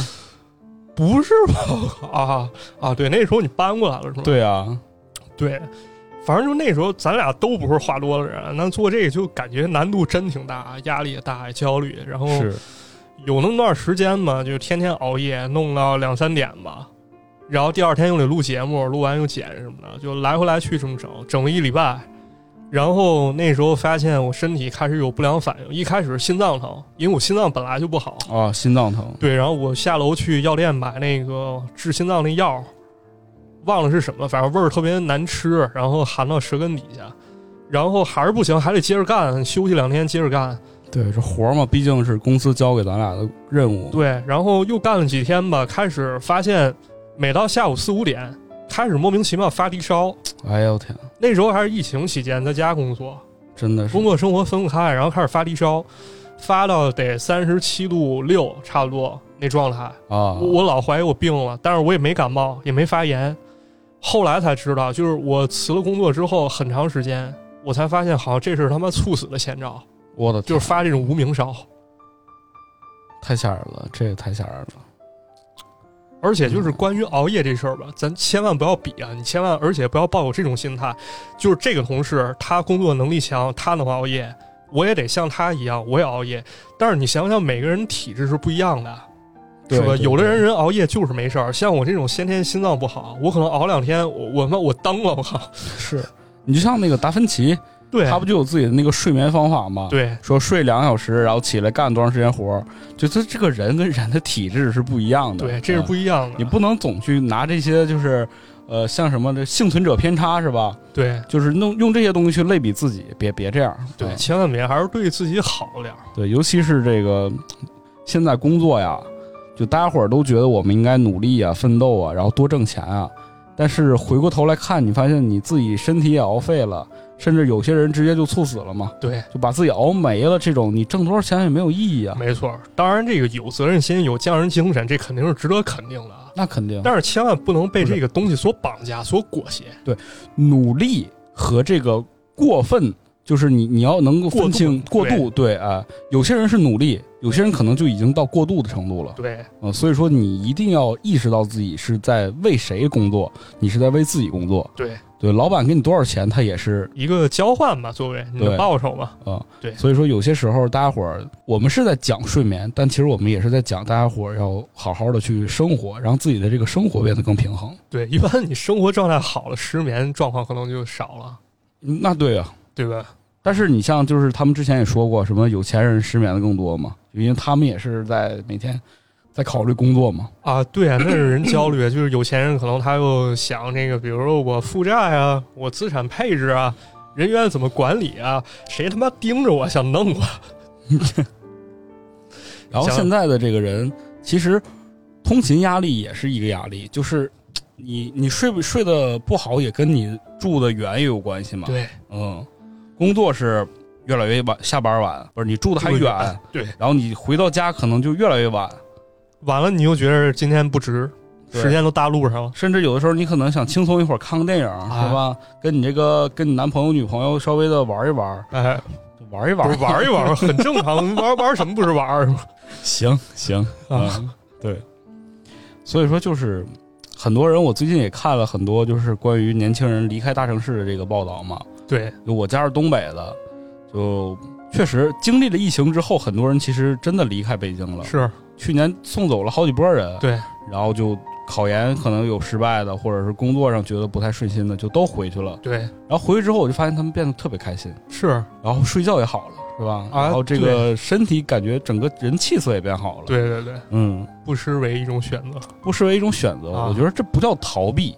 S1: 不是吧？啊啊，对，那时候你搬过来了是吗？
S2: 对啊，
S1: 对，反正就那时候咱俩都不是话多的人，那做这个就感觉难度真挺大，压力也大，也焦虑。然后
S2: 是
S1: 有那么段时间嘛，就天天熬夜，弄到两三点吧。然后第二天又得录节目，录完又剪什么的，就来回来去这么整，整了一礼拜。然后那时候发现我身体开始有不良反应，一开始是心脏疼，因为我心脏本来就不好，
S2: 啊，心脏疼。
S1: 对，然后我下楼去药店买那个治心脏那药，忘了是什么，反正味儿特别难吃，然后含到舌根底下，然后还是不行，还得接着干，休息两天接着干。
S2: 对，这活儿嘛，毕竟是公司交给咱俩的任务。
S1: 对，然后又干了几天吧，开始发现每到下午四五点开始莫名其妙发低烧。
S2: 哎呦我天，
S1: 那时候还是疫情期间，在家工作，
S2: 真的是
S1: 工作生活分不开，然后开始发低烧，发到得三十七度六差不多那状态。我
S2: 啊！
S1: 我老怀疑我病了，但是我也没感冒，也没发炎。后来才知道，就是我辞了工作之后很长时间，我才发现好像这是他妈猝死的前兆，
S2: 我的天
S1: 就是发这种无名烧。
S2: 太吓人了，这也太吓人了。
S1: 而且就是关于熬夜这事儿
S2: 嗯
S1: 吧，咱千万不要比啊！你千万，而且不要抱有这种心态，就是这个同事他工作能力强，他能熬夜，我也得像他一样，我也熬夜。但是你想想，每个人体质是不一样的，
S2: 对
S1: 是吧？
S2: 对
S1: 有的
S2: 对
S1: 人人熬夜就是没事儿，像我这种先天心脏不好，我可能熬两天，我我他妈我蹬了，我靠！
S2: 是你就像那个达芬奇，
S1: 对，
S2: 他不就有自己的那个睡眠方法吗？，
S1: 对
S2: 说睡两个小时，然后起来干多长时间活儿，就他这个人跟人的体质是不一样的。
S1: 对，这是
S2: 嗯
S1: 不一样的。
S2: 你不能总去拿这些就是。呃，像什么这幸存者偏差是吧？
S1: 对
S2: 就是弄用这些东西去类比自己，别别这样。
S1: 对，
S2: 嗯
S1: 千万别，还是对自己好点儿。
S2: 对，尤其是这个现在工作呀，就大家伙儿都觉得我们应该努力啊、奋斗啊，然后多挣钱啊。但是回过头来看，你发现你自己身体也熬废了，甚至有些人直接就猝死了嘛，
S1: 对，
S2: 就把自己熬没了。这种你挣多少钱也没有意义啊，
S1: 没错。当然，这个有责任心、有匠人精神，这肯定是值得肯定的啊。
S2: 那肯定。
S1: 但是千万不能被这个东西所绑架、所裹挟。
S2: 努力和这个过分，就是你你要能够分清
S1: 过
S2: 过
S1: 度
S2: 度，对啊、有些人是努力，有些人可能就已经到过度的程度了。
S1: 对，
S2: 呃，所以说你一定要意识到自己是在为谁工作，你是在为自己工作。
S1: 对，
S2: 对，老板给你多少钱，他也是
S1: 一个交换吧，作为你的
S2: 对
S1: 报酬嘛。
S2: 啊、
S1: 对
S2: 所以说有些时候大家伙儿，我们是在讲睡眠，但其实我们也是在讲大家伙儿要好好的去生活，让自己的这个生活变得更平衡。
S1: 对，一般你生活状态好了，失眠状况可能就少了，
S2: 那对啊，
S1: 对吧？
S2: 但是你像就是他们之前也说过，什么有钱人失眠的更多嘛，因为他们也是在每天在考虑工作嘛。
S1: 啊，对啊，那是人焦虑，就是有钱人可能他又想这个，比如说我负债啊，我资产配置啊，人员怎么管理啊，谁他妈盯着我想弄我？
S2: 然后
S1: 想
S2: 现在的这个人，其实通勤压力也是一个压力，就是嘖你你睡不睡得不好，也跟你住的远也有关系嘛。
S1: 对，
S2: 嗯，工作是越来越晚，下班晚，不是你住的还
S1: 住
S2: 远，
S1: 得远对，
S2: 然后你回到家可能就越来越晚，
S1: 完了你又觉得今天不值，
S2: 对
S1: 时间都大路上了。
S2: 甚至有的时候你可能想轻松一会儿，看个电影，
S1: 哎
S2: 是吧？跟你这个跟你男朋友、女朋友稍微的玩一玩，
S1: 哎，
S2: 玩一
S1: 不
S2: 玩
S1: 是，玩一玩很正常，玩玩什么不是玩儿
S2: 行 行
S1: 啊？
S2: 嗯，对。所以说，就是很多人，我最近也看了很多，就是关于年轻人离开大城市的这个报道嘛。
S1: 对，
S2: 就我家是东北的，就确实经历了疫情之后，很多人其实真的离开北京了。
S1: 是
S2: 去年送走了好几波人，
S1: 对，
S2: 然后就考研可能有失败的，或者是工作上觉得不太顺心的，就都回去了。
S1: 对，
S2: 然后回去之后，我就发现他们变得特别开心，
S1: 是，
S2: 然后睡觉也好了，是吧？
S1: 啊
S2: 然后这个身体感觉整个人气色也变好了。，
S1: 对对对，
S2: 嗯，
S1: 不失为一种选择。
S2: 不失为一种选择。
S1: 啊
S2: 我觉得这不叫逃避，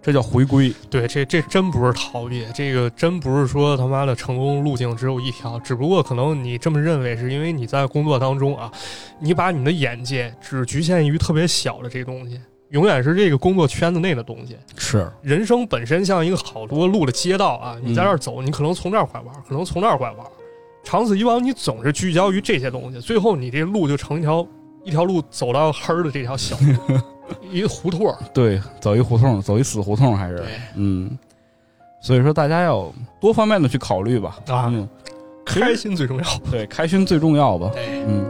S2: 这叫回归。
S1: 对，这这真不是逃避，这个真不是说他妈的成功路径只有一条，只不过可能你这么认为，是因为你在工作当中啊，你把你的眼界只局限于特别小的这东西，永远是这个工作圈子内的东西。
S2: 是，
S1: 人生本身像一个好多路的街道啊，你在这儿走，你可能从这儿拐弯，可能从那儿拐弯，长此以往，你总是聚焦于这些东西，最后你这路就成一条一条路走到黑儿的这条小路，一胡同儿。
S2: 对，走一胡同，走一死胡同，还是
S1: 对
S2: 嗯。所以说，大家要多方面的去考虑吧。
S1: 啊
S2: 嗯，
S1: 开心最重要。
S2: 对，开心最重要吧。
S1: 哎，
S2: 嗯。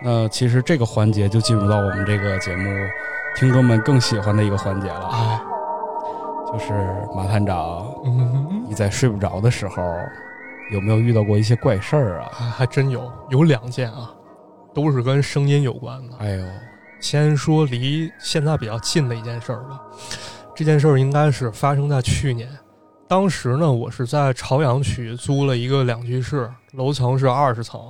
S2: 那其实这个环节就进入到我们这个节目听众们更喜欢的一个环节了，
S1: 哎，
S2: 就是马探长，
S1: 嗯。
S2: 你在睡不着的时候，有没有遇到过一些怪事儿啊？
S1: 哎还还真有，有两件啊，都是跟声音有关的。
S2: 哎呦，
S1: 先说离现在比较近的一件事儿吧，这件事儿应该是发生在去年。当时呢，我是在朝阳区租了一个两居室，楼层是二十层，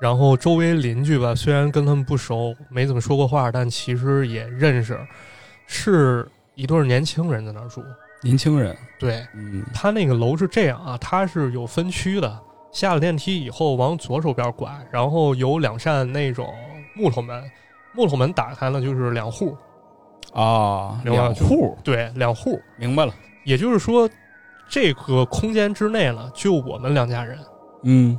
S1: 然后周围邻居吧，虽然跟他们不熟，没怎么说过话，但其实也认识，是一对儿年轻人在那儿住。
S2: 年轻人，
S1: 对，
S2: 嗯
S1: 它那个楼是这样啊，它是有分区的，下了电梯以后往左手边拐，然后有两扇那种木头门，木头门打开呢就是两户，
S2: 啊，
S1: 明白
S2: 两户，
S1: 对，两户，
S2: 明白了，
S1: 也就是说这个空间之内呢就我们两家人。
S2: 嗯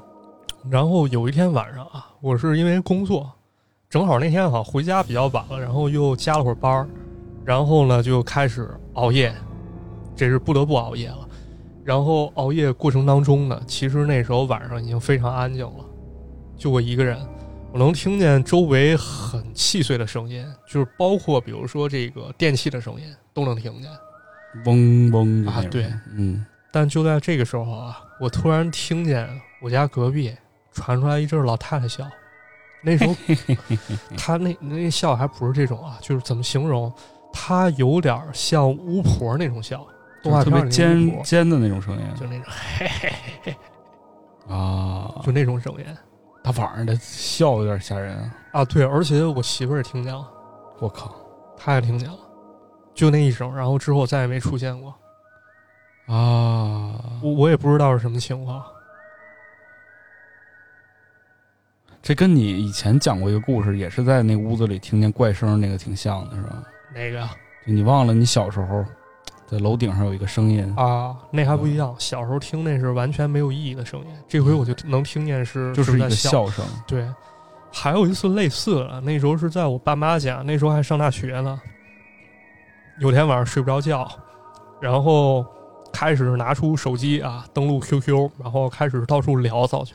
S1: 然后有一天晚上啊，我是因为工作，正好那天好、回家比较晚了，然后又加了会儿班儿，然后呢就开始熬夜，这是不得不熬夜了。然后熬夜过程当中呢，其实那时候晚上已经非常安静了，就我一个人，我能听见周围很细碎的声音，就是包括比如说这个电器的声音都能听见。
S2: 嗡嗡的
S1: 啊
S2: 那种
S1: 对，
S2: 嗯，
S1: 但就在这个时候啊，我突然听见我家隔壁传出来一阵儿老太太笑。那 时候，她那那笑还不是这种啊，就是怎么形容？她有点儿像巫婆那种笑，动画
S2: 特
S1: 片儿里的
S2: 别
S1: 巫
S2: 尖
S1: 婆
S2: 尖的那种声音
S1: 就那种，
S2: 啊，
S1: 就那种声音
S2: 大晚上的笑有点吓人啊，
S1: 啊。对，而且我媳妇儿也听见了，
S2: 我靠
S1: 她也听见了，就那一声，然后之后再也没出现过。
S2: 啊！
S1: 我我也不知道是什么情况。
S2: 这跟你以前讲过一个故事，也是在那屋子里听见怪声，那个挺像的，是吧？
S1: 哪个
S2: 就你忘了你小时候在楼顶上有一个声音，
S1: 啊？那还不一样，小时候听那是完全没有意义的声音，这回我就能听见是
S2: 嗯就是一
S1: 在
S2: 个
S1: 笑。
S2: 笑声。
S1: 对，还有一次类似的，那时候是在我爸妈家，那时候还上大学呢。有天晚上睡不着觉，然后开始拿出手机啊，登录 QQ，然后开始到处聊骚去，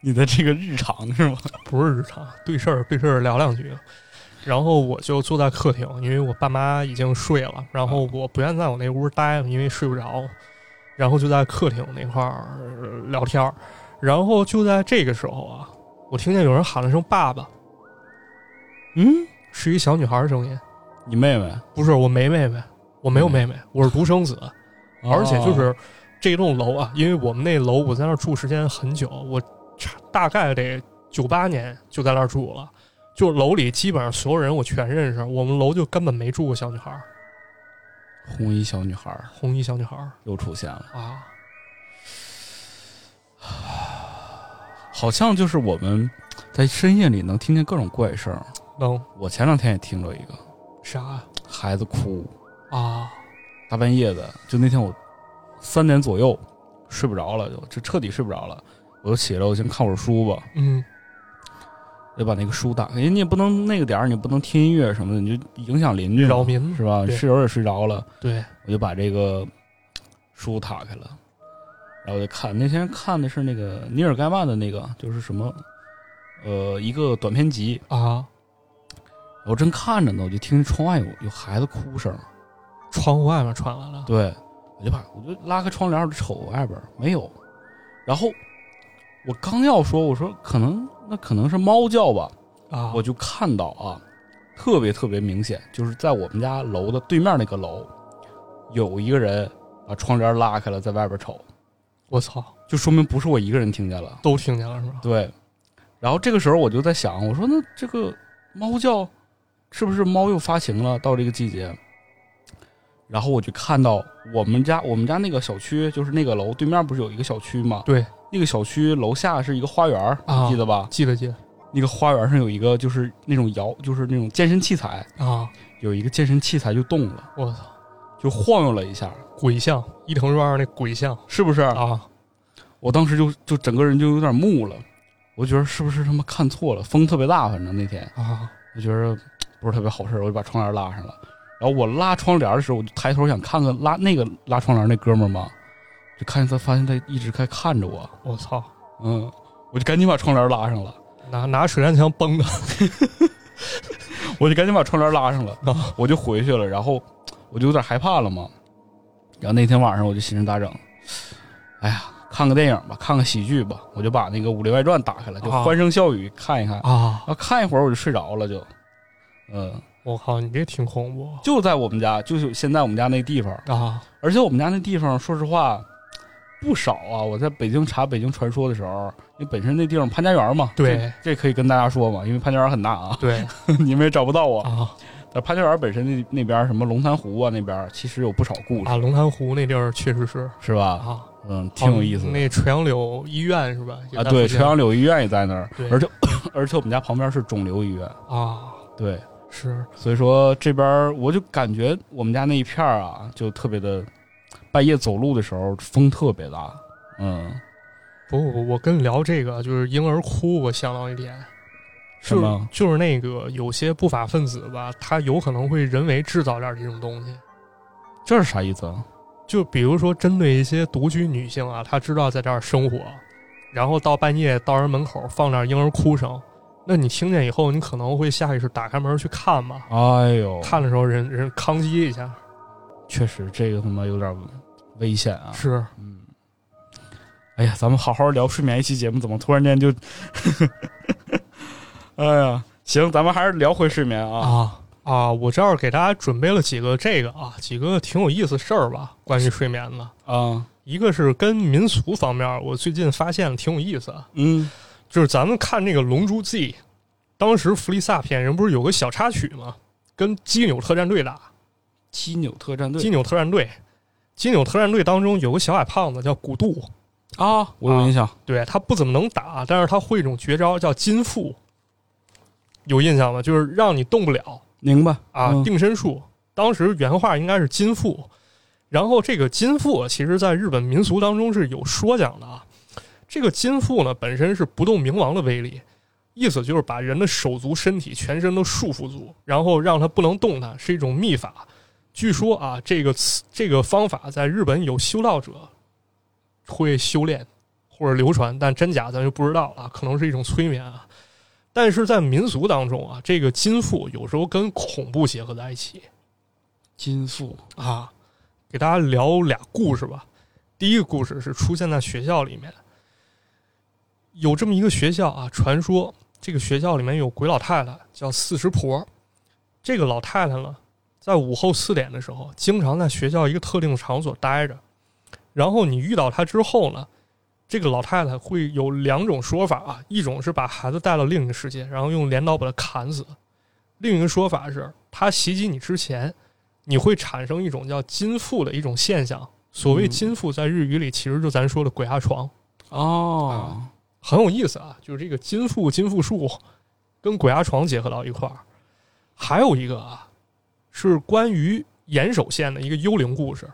S2: 你的这个日常是吗？
S1: 不是日常，对事儿对事儿聊两句。然后我就坐在客厅，因为我爸妈已经睡了，然后我不愿在我那屋待了，因为睡不着，然后就在客厅那块儿呃聊天儿。然后就在这个时候啊，我听见有人喊了声“爸爸
S2: 嗯，”，
S1: 是一小女孩的声音，
S2: 你妹妹，
S1: 不是我没妹妹，我没有妹妹，我是独生子，而且就
S2: 哦
S1: 是这栋楼啊，因为我们那楼我在那儿住时间很久，我差大概得九八年就在那儿住了，就楼里基本上所有人我全认识，我们楼就根本没住过小女孩儿，
S2: 红衣小女孩儿
S1: 红衣小女孩儿
S2: 又出现了，
S1: 啊，
S2: 好像就是我们在深夜里能听见各种怪声。
S1: 能
S2: 我前两天也听着一个
S1: 啥呀
S2: 孩子哭，
S1: 啊？
S2: 大半夜的，就那天我三点左右睡不着了，就就彻底睡不着了，我就起来，我先看会儿书吧，
S1: 嗯，
S2: 我就把那个书打开，因为你也不能那个点儿，你不能听音乐什么的，你就影响邻居嘛
S1: 扰民
S2: 是吧？
S1: 对
S2: 室友也睡着了，
S1: 对，
S2: 我就把这个书打开了，然后我就看。那天看的是那个尼尔盖曼的那个，就是什么，呃，一个短篇集。
S1: 啊，
S2: 我正看着呢，我就听窗外有有孩子哭声。
S1: 窗户外面传来了，
S2: 对，我就把我就拉开窗帘，我就瞅外边儿没有。然后我刚要说，我说可能那可能是猫叫吧，
S1: 啊，
S2: 我就看到啊，特别特别明显，就是在我们家楼的对面那个楼，有一个人把窗帘拉开了，在外边瞅，
S1: 我操，
S2: 就说明不是我一个人听见了。
S1: 都听见了是吧？
S2: 对，然后这个时候我就在想，我说那这个猫叫是不是猫又发情了？到这个季节，然后我就看到我们家我们家那个小区，就是那个楼对面不是有一个小区吗？
S1: 对，
S2: 那个小区楼下是一个花园儿，
S1: 啊
S2: 你记得吧？
S1: 记得记得
S2: 那个花园上有一个就是那种摇，就是那种健身器材，
S1: 啊，
S2: 有一个健身器材就动了，
S1: 我操，
S2: 就晃悠了一下，
S1: 鬼像伊藤润二那鬼像
S2: 是不是？
S1: 啊，
S2: 我当时就就整个人就有点木了，我就觉得是不是他妈看错了？风特别大，反正那天
S1: 啊
S2: 我觉得不是特别好事儿，我就把窗帘拉上了。然后我拉窗帘的时候，我就抬头想看看拉那个拉窗帘那哥们儿嘛，就看见他发现他一直在看着我，
S1: 我操，
S2: 嗯，我就赶紧把窗帘拉上了，
S1: 拿拿水杉枪崩的
S2: 我就赶紧把窗帘拉上了。
S1: 啊
S2: 我就回去了，然后我就有点害怕了嘛。然后那天晚上我就寻思咋整？哎呀，看个电影吧，看个喜剧吧。我就把那个《武林外传》打开了，就
S1: 啊
S2: 欢声笑语看一看。
S1: 啊！
S2: 啊，看一会儿我就睡着了，就，嗯，
S1: 我靠，你这挺恐怖
S2: 就在我们家，就是现在我们家那地方。
S1: 啊！
S2: 而且我们家那地方，说实话不少啊。我在北京查北京传说的时候，因为本身那地方潘家园嘛，
S1: 对
S2: 这，这可以跟大家说嘛，因为潘家园很大啊，
S1: 对
S2: 你们也找不到我。
S1: 啊
S2: 但潘家园本身那那边什么龙潭湖啊，那边其实有不少故事，
S1: 啊！龙潭湖那地儿确实是
S2: 是吧？
S1: 啊，
S2: 嗯，挺有意思
S1: 好
S2: 的
S1: 那垂杨柳医院是吧？也
S2: 啊。
S1: 在
S2: 对，
S1: 附近
S2: 垂杨柳医院也在那儿
S1: 对，
S2: 而且 而且我们家旁边是肿瘤医院，
S1: 啊，
S2: 对，
S1: 是
S2: 所以说这边我就感觉我们家那一片儿啊，就特别的，半夜走路的时候风特别大，嗯，
S1: 不我我跟你聊这个就是婴儿哭，我想到一点。
S2: 什
S1: 就
S2: 么
S1: 是就是那个有些不法分子吧，他有可能会人为制造点这种东西，
S2: 这是啥意思啊？
S1: 就比如说针对一些独居女性啊，她知道在这儿生活，然后到半夜到人门口放点婴儿哭声，那你听见以后，你可能会下意识打开门去看嘛，
S2: 哎呦，
S1: 看的时候人人抗击一下，
S2: 确实这个他妈有点危险啊。
S1: 是
S2: 嗯，哎呀，咱们好好聊睡眠一期节目，怎么突然间就， 哎呀，行，咱们还是聊回睡眠啊。
S1: 啊啊！我这儿给大家准备了几个这个啊，几个挺有意思事儿吧，关于睡眠的。
S2: 啊，
S1: 一个是跟民俗方面，我最近发现挺有意思啊，
S2: 嗯，
S1: 就是咱们看那个《龙珠 Z》，当时弗利萨片人不是有个小插曲吗？跟基纽特战队打，
S2: 基纽特战队
S1: 基纽特战队，基纽特战队当中有个小矮胖子叫古杜，
S2: 啊，我有印象，
S1: 对他不怎么能打，但是他会一种绝招叫金腹，有印象吗？就是让你动不了
S2: 明白
S1: 啊，
S2: 嗯
S1: 定身术。当时原话应该是金腹，然后这个金腹啊其实在日本民俗当中是有说讲的啊。这个金腹呢本身是不动明王的威力，意思就是把人的手足、身体、全身都束缚住，然后让他不能动弹，是一种秘法。据说啊，这个词这个方法在日本有修道者会修炼或者流传，但真假咱就不知道了，可能是一种催眠啊。但是在民俗当中啊，这个金腹有时候跟恐怖结合在一起
S2: 金素
S1: 啊。给大家聊俩故事吧。第一个故事是出现在学校里面，有这么一个学校啊，传说这个学校里面有鬼老太太，叫四十婆。这个老太太呢，在午后四点的时候，经常在学校一个特定的场所待着。然后你遇到她之后呢，这个老太太会有两种说法啊，一种是把孩子带到另一个世界，然后用镰刀把他砍死；另一个说法是，她袭击你之前，你会产生一种叫金腹的一种现象。所谓
S2: 嗯
S1: 金腹，在日语里其实就咱说的鬼压床。
S2: 哦，
S1: 很有意思啊，就是这个金富金富术跟鬼压床结合到一块儿。还有一个啊，是关于岩手县的一个幽灵故事，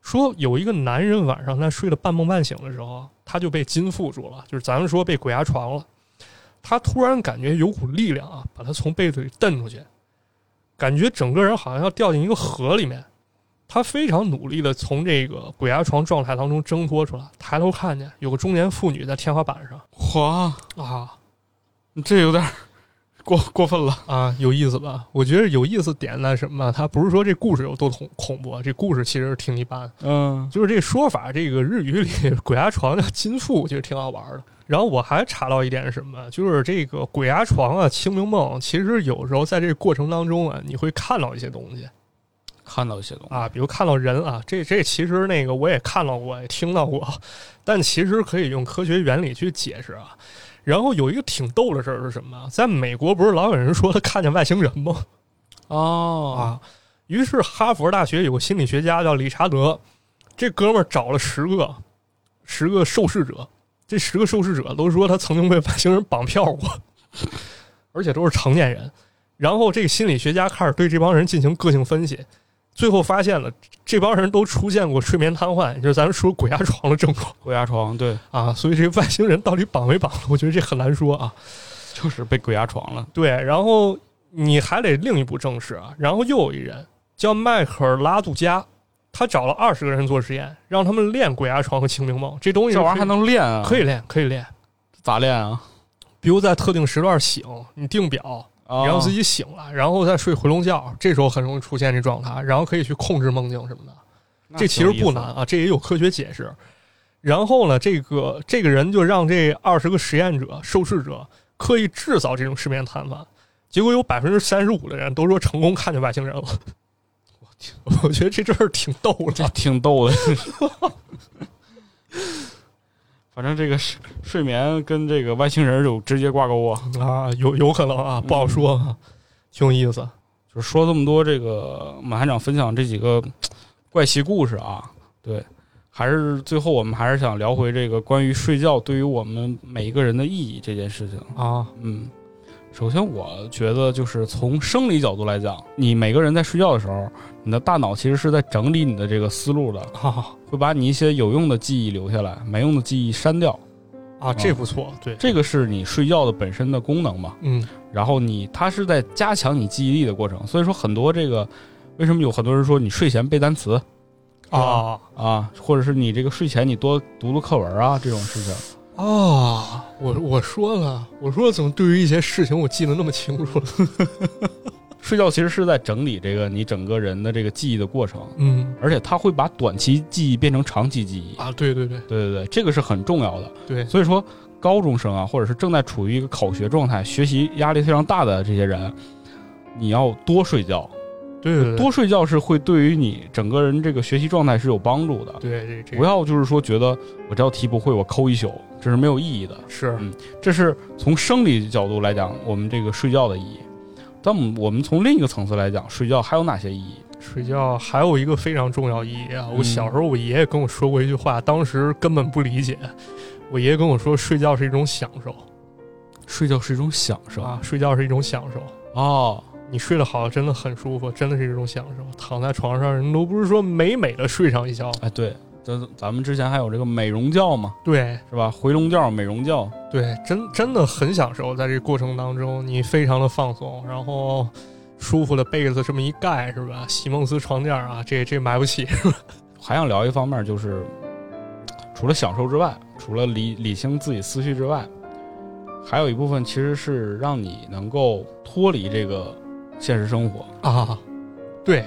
S1: 说有一个男人晚上在睡得半梦半醒的时候，他就被金缚住了，就是咱们说被鬼压床了。他突然感觉有股力量啊，把他从被子里蹬出去，感觉整个人好像要掉进一个河里面。他非常努力的从这个鬼压床状态当中挣脱出来，抬头看见有个中年妇女在天花板上
S2: 哇，
S1: 啊
S2: 这有点儿 过过分了。
S1: 啊，有意思吧？我觉得有意思点在什么？他不是说这故事有多恐恐怖啊，这故事其实挺一般，
S2: 嗯，
S1: 就是这个说法，这个日语里鬼压床叫金腹，其实挺好玩的。然后我还查到一点是什么，就是这个鬼压床啊、清明梦，其实有时候在这个过程当中啊，你会看到一些东西。
S2: 看到一些东西，
S1: 啊，比如看到人啊，这这其实那个我也看到过，也听到过， 但其实可以用科学原理去解释啊。然后有一个挺逗的事儿是什么？在美国不是老有人说他看见外星人吗？
S2: 哦
S1: 啊，于是哈佛大学有个心理学家叫理查德，这哥们儿找了十个十个受试者，这十个受试者都说他曾经被外星人绑票过， 而且都是成年人。然后这个心理学家开始对这帮人进行个性分析，最后发现了这帮人都出现过睡眠瘫痪，也就是咱们说鬼压床的症状
S2: 鬼压床，对，
S1: 啊。所以这外星人到底绑没绑，我觉得这很难说啊。
S2: 就是被鬼压床了。
S1: 对，然后你还得另一步证实啊。然后又有一人叫迈克尔拉杜加，他找了二十个人做实验，让他们练鬼压床和清明梦这东西，
S2: 这玩意儿还能练啊？
S1: 可以练，可以练。
S2: 咋练啊？
S1: 比如在特定时段醒，你定表，
S2: 啊
S1: 你让自己醒了，然后再睡回笼觉，这时候很容易出现这状态，然后可以去控制梦境什么的。这其实不难。啊，这也有科学解释。然后呢，这个这个人就让这二十个实验者、受试者刻意制造这种失眠瘫痪，结果有百分之三十五的人都说成功看见外星人了。我我觉得这事儿挺逗
S2: 这
S1: 的
S2: 挺逗的。 反正这个睡睡眠跟这个外星人有直接挂钩啊！
S1: 啊，有有可能啊，不好说，啊，挺有意思。
S2: 就是说这么多，这个马团长分享这几个怪奇故事啊，对，还是最后我们还是想聊回这个关于睡觉对于我们每一个人的意义这件事情。
S1: 啊，
S2: 嗯，首先我觉得就是从生理角度来讲，你每个人在睡觉的时候，你的大脑其实是在整理你的这个思路的，
S1: 啊
S2: 会把你一些有用的记忆留下来，没用的记忆删掉。
S1: 啊，这不错，对，
S2: 这个是你睡觉的本身的功能嘛。
S1: 嗯
S2: 然后你它是在加强你记忆力的过程，所以说很多这个为什么有很多人说你睡前背单词
S1: 啊
S2: 啊，或者是你这个睡前你多读读课文啊这种事情。
S1: 啊，我我说了，我说怎么对于一些事情我记得那么清楚了？
S2: 睡觉其实是在整理这个你整个人的这个记忆的过程，
S1: 嗯
S2: 而且它会把短期记忆变成长期记忆。
S1: 啊，对对对
S2: 对对对，这个是很重要的。
S1: 对，
S2: 所以说，高中生啊，或者是正在处于一个考学状态、学习压力非常大的这些人，你要多睡觉。
S1: 对对对
S2: 多睡觉是会对于你整个人这个学习状态是有帮助的。
S1: 对这这
S2: 不
S1: 个
S2: 要就是说觉得我这道题不会，我抠一宿，这是没有意义的。
S1: 是
S2: 这是从生理角度来讲，我们这个睡觉的意义。但我们从另一个层次来讲，睡觉还有哪些意义？
S1: 睡觉还有一个非常重要意义啊！
S2: 嗯
S1: 我小时候我爷爷跟我说过一句话，当时根本不理解。我爷爷跟我说，睡觉是一种享受，
S2: 睡觉是一种享受
S1: 啊，睡觉是一种享受。
S2: 哦，
S1: 你睡得好，真的很舒服，真的是一种享受。躺在床上，人都不是说美美的睡上一觉，
S2: 哎，对，咱咱们之前还有这个美容觉嘛，
S1: 对
S2: 是吧？回笼觉、美容觉，
S1: 对，真真的很享受。在这过程当中，你非常的放松，然后舒服的被子这么一盖，是吧？席梦思床垫啊，这这买不起。
S2: 还想聊一方面，就是除了享受之外，除了理理清自己思绪之外，还有一部分其实是让你能够脱离这个现实生活。
S1: 啊，对，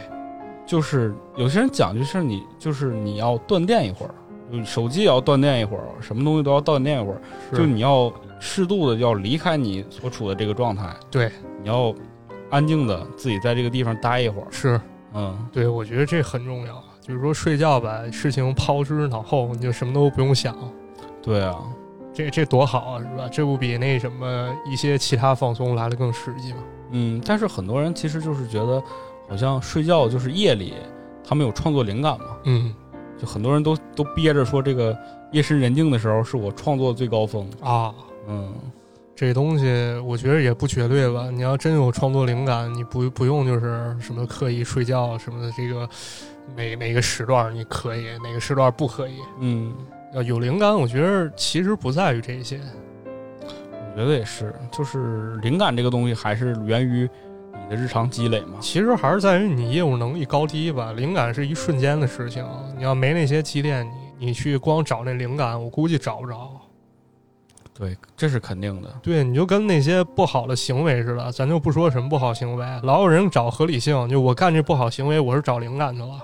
S2: 就是有些人讲究是你，就是你要断电一会儿，就手机也要断电一会儿，什么东西都要断电一会儿，就你要适度的要离开你所处的这个状态，
S1: 对，
S2: 你要安静的自己在这个地方待一会儿，
S1: 是
S2: 嗯，
S1: 对，我觉得这很重要。就是说睡觉吧，事情抛之脑后，你就什么都不用想，
S2: 对啊，
S1: 这这多好啊，是吧？这不比那什么一些其他放松来的更实际吗？
S2: 嗯，但是很多人其实就是觉得，好像睡觉就是夜里他们有创作灵感嘛，
S1: 嗯
S2: 就很多人都都憋着说这个夜深人静的时候是我创作最高峰，
S1: 啊，
S2: 嗯，
S1: 这东西我觉得也不绝对吧。你要真有创作灵感，你不不用就是什么刻意睡觉什么的，这个哪哪个时段你可以，哪个时段不可以。
S2: 嗯，
S1: 要有灵感，我觉得其实不在于这些。
S2: 我觉得也是，就是灵感这个东西还是源于你的日常积累嘛。
S1: 其实还是在于你业务能力高低吧。灵感是一瞬间的事情，你要没那些积淀，你你去光找那灵感，我估计找不着。
S2: 对，这是肯定的。
S1: 对，你就跟那些不好的行为似的，咱就不说什么不好行为，老有人找合理性，就我干这不好行为，我是找灵感去了。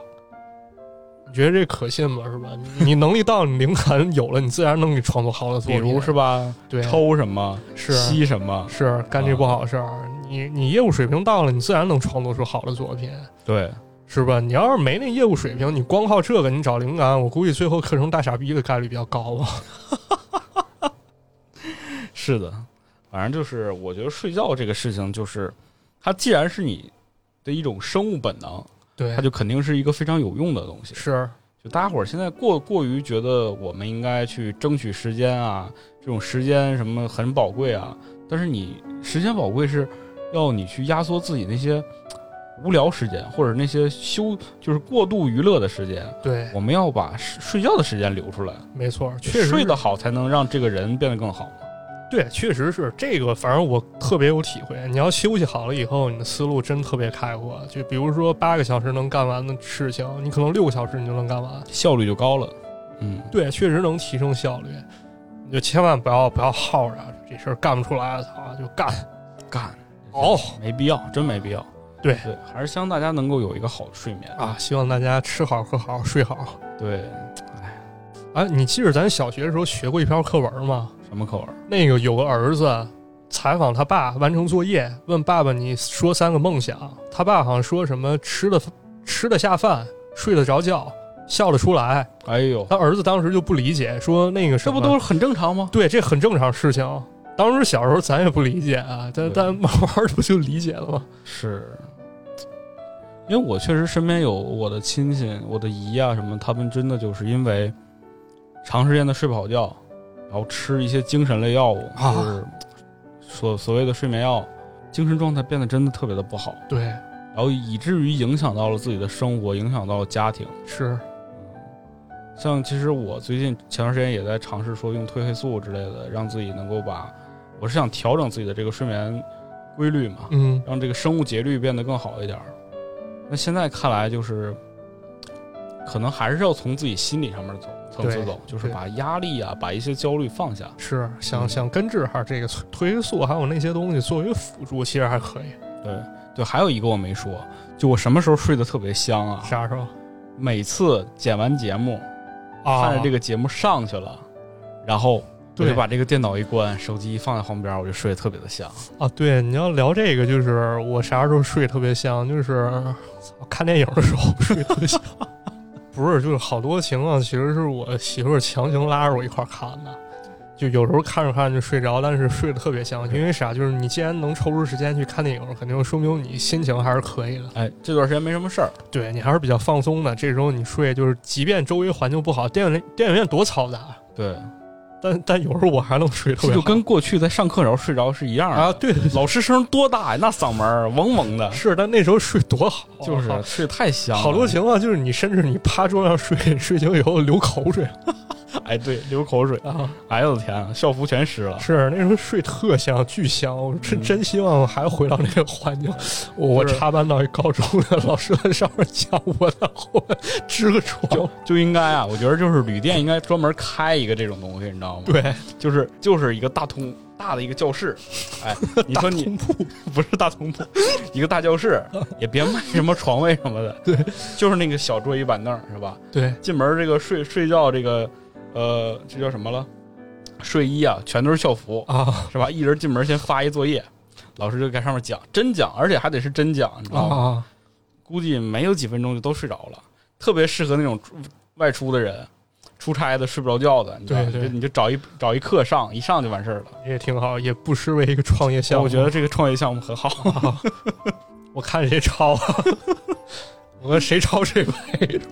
S1: 你觉得这可信吗？是吧？你你能力到，你灵感有了，你自然能给创作好的作
S2: 比
S1: 品。
S2: 如是吧，
S1: 对，啊
S2: 抽什么，
S1: 是啊
S2: 吸什么，
S1: 是干
S2: 啊
S1: 这不好事儿，你你业务水平到了，你自然能创作出好的作品。
S2: 对，
S1: 是吧？你要是没那业务水平，你光靠这个你找灵感，我估计最后刻成大傻逼的概率比较高啊吧。
S2: 是的。反正就是，我觉得睡觉这个事情，就是它既然是你的一种生物本能，
S1: 对
S2: 它，就肯定是一个非常有用的东西。
S1: 是
S2: 就大家伙儿现在过过于觉得我们应该去争取时间啊，这种时间什么很宝贵啊，但是你时间宝贵是要你去压缩自己那些无聊时间，或者那些休就是过度娱乐的时间，
S1: 对，
S2: 我们要把睡睡觉的时间留出来，
S1: 没错，确实
S2: 睡
S1: 是
S2: 得好才能让这个人变得更好。
S1: 对，确实是这个。反正我特别有体会。你要休息好了以后，你的思路真特别开阔。就比如说八个小时能干完的事情，你可能六个小时你就能干完。
S2: 效率就高了。嗯，
S1: 对，确实能提升效率。你就千万不要不要耗着，啊这事儿干不出来，操，就干。
S2: 干
S1: 哦，
S2: 没必要，真没必要。
S1: 对
S2: 对，还是希望大家能够有一个好的睡眠。
S1: 啊，希望大家吃好喝好睡好。
S2: 对，
S1: 哎，你记着咱小学的时候学过一篇课文吗？
S2: 什么口味？
S1: 那个有个儿子采访他爸完成作业，问爸爸你说三个梦想，他爸好像说什么吃的吃得下饭，睡得着觉，笑得出来。
S2: 哎呦，
S1: 他儿子当时就不理解，说那个什
S2: 这
S1: 么
S2: 不都是很正常吗？
S1: 对，这很正常事情。当时小时候咱也不理解啊，但
S2: 对
S1: 但 慢慢的不就理解了吗？
S2: 是，因为我确实身边有我的亲戚、我的姨啊什么，他们真的就是因为长时间的睡不好觉，然后吃一些精神类药物，
S1: 啊
S2: 就是所所谓的睡眠药，精神状态变得真的特别的不好，
S1: 对，
S2: 然后以至于影响到了自己的生活，影响到了家庭。
S1: 是
S2: 像其实我最近前段时间也在尝试说用褪黑素之类的，让自己能够把，我是想调整自己的这个睡眠规律嘛，
S1: 嗯，
S2: 让这个生物节律变得更好一点儿。那现在看来就是，可能还是要从自己心理上面走层次
S1: 对
S2: 走，就是
S1: 对
S2: 把压力啊，把一些焦虑放下。
S1: 是想
S2: 嗯
S1: 想根治哈这个褪黑素还有那些东西作为辅助，其实还可以。
S2: 对对，还有一个我没说，就我什么时候睡得特别香啊？
S1: 啥时候
S2: 每次剪完节目，
S1: 啊？
S2: 看着这个节目上去了，然后我
S1: 对
S2: 就把这个电脑一关，手机一放在旁边，我就睡得特别的香。
S1: 啊，对，你要聊这个，就是我啥时候睡特别香，就是操看电影的时候睡特别香。不是，就是好多情况其实是我媳妇儿强行拉着我一块儿看的，就有时候看着看着就睡着，但是睡得特别香，因为啥？就是你既然能抽出时间去看电影，肯定说明你心情还是可以的。
S2: 哎，这段时间没什么事儿，
S1: 对你还是比较放松的。这时候你睡，就是即便周围环境不好，电影电影院多嘈杂，啊
S2: 对，
S1: 但但有时候我还能睡特别
S2: 就
S1: 好。
S2: 跟过去在上课时候睡着是一样的。
S1: 啊，对，
S2: 老师声多大呀，那嗓门儿嗡嗡的，
S1: 是，但那时候睡多好啊，
S2: 就是
S1: 好
S2: 睡太香了，
S1: 好多情况就是你甚至你趴桌上睡，睡醒以后流口水
S2: 哎，对，流口水，
S1: 啊，
S2: 哎呦我的天啊，校服全湿了。
S1: 是那时候睡特香，巨香，我真
S2: 嗯
S1: 真希望我还回到那个环境。我我
S2: 就是
S1: 插班到一高中的老师在上面讲，我在后面支个床，
S2: 就应该啊，我觉得就是旅店应该专门开一个这种东西，你知道吗？
S1: 对，
S2: 就是就是一个大通大的一个教室， 哎，你说你
S1: 通铺
S2: 不是大通铺，一个大教 室，也别卖什么床位什么的，
S1: 对，
S2: 就是那个小桌椅板凳是吧？
S1: 对，
S2: 进门这个睡睡觉这个，呃，这叫什么了？睡衣啊，全都是校服，
S1: 啊
S2: 是吧？一人进门先发一作业，老师就在上面讲真讲，而且还得是真讲，你知道吗？
S1: 啊，
S2: 估计没有几分钟就都睡着了，特别适合那种出外出的人、出差的睡不着觉的，你知道吗
S1: 对对
S2: 就你就找一找一课上，一上就完事儿了。
S1: 也挺好，也不失为一个创业项目。
S2: 我觉得这个创业项目很好，
S1: 啊，我看谁抄啊， 我看谁抄谁呗。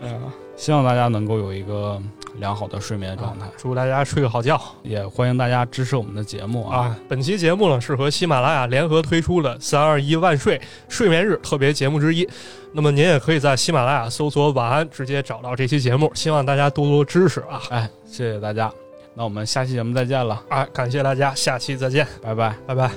S2: 嗯，希望大家能够有一个良好的睡眠状态，
S1: 祝大家睡个好觉。
S2: 也欢迎大家支持我们的节目啊。
S1: 啊，本期节目呢是和喜马拉雅联合推出的“三二一万睡睡眠日”特别节目之一。那么您也可以在喜马拉雅搜索“晚安”，直接找到这期节目。希望大家多多支持啊！
S2: 哎，谢谢大家，那我们下期节目再见了，
S1: 哎啊，感谢大家，下期再见，
S2: 拜拜。
S1: 拜拜。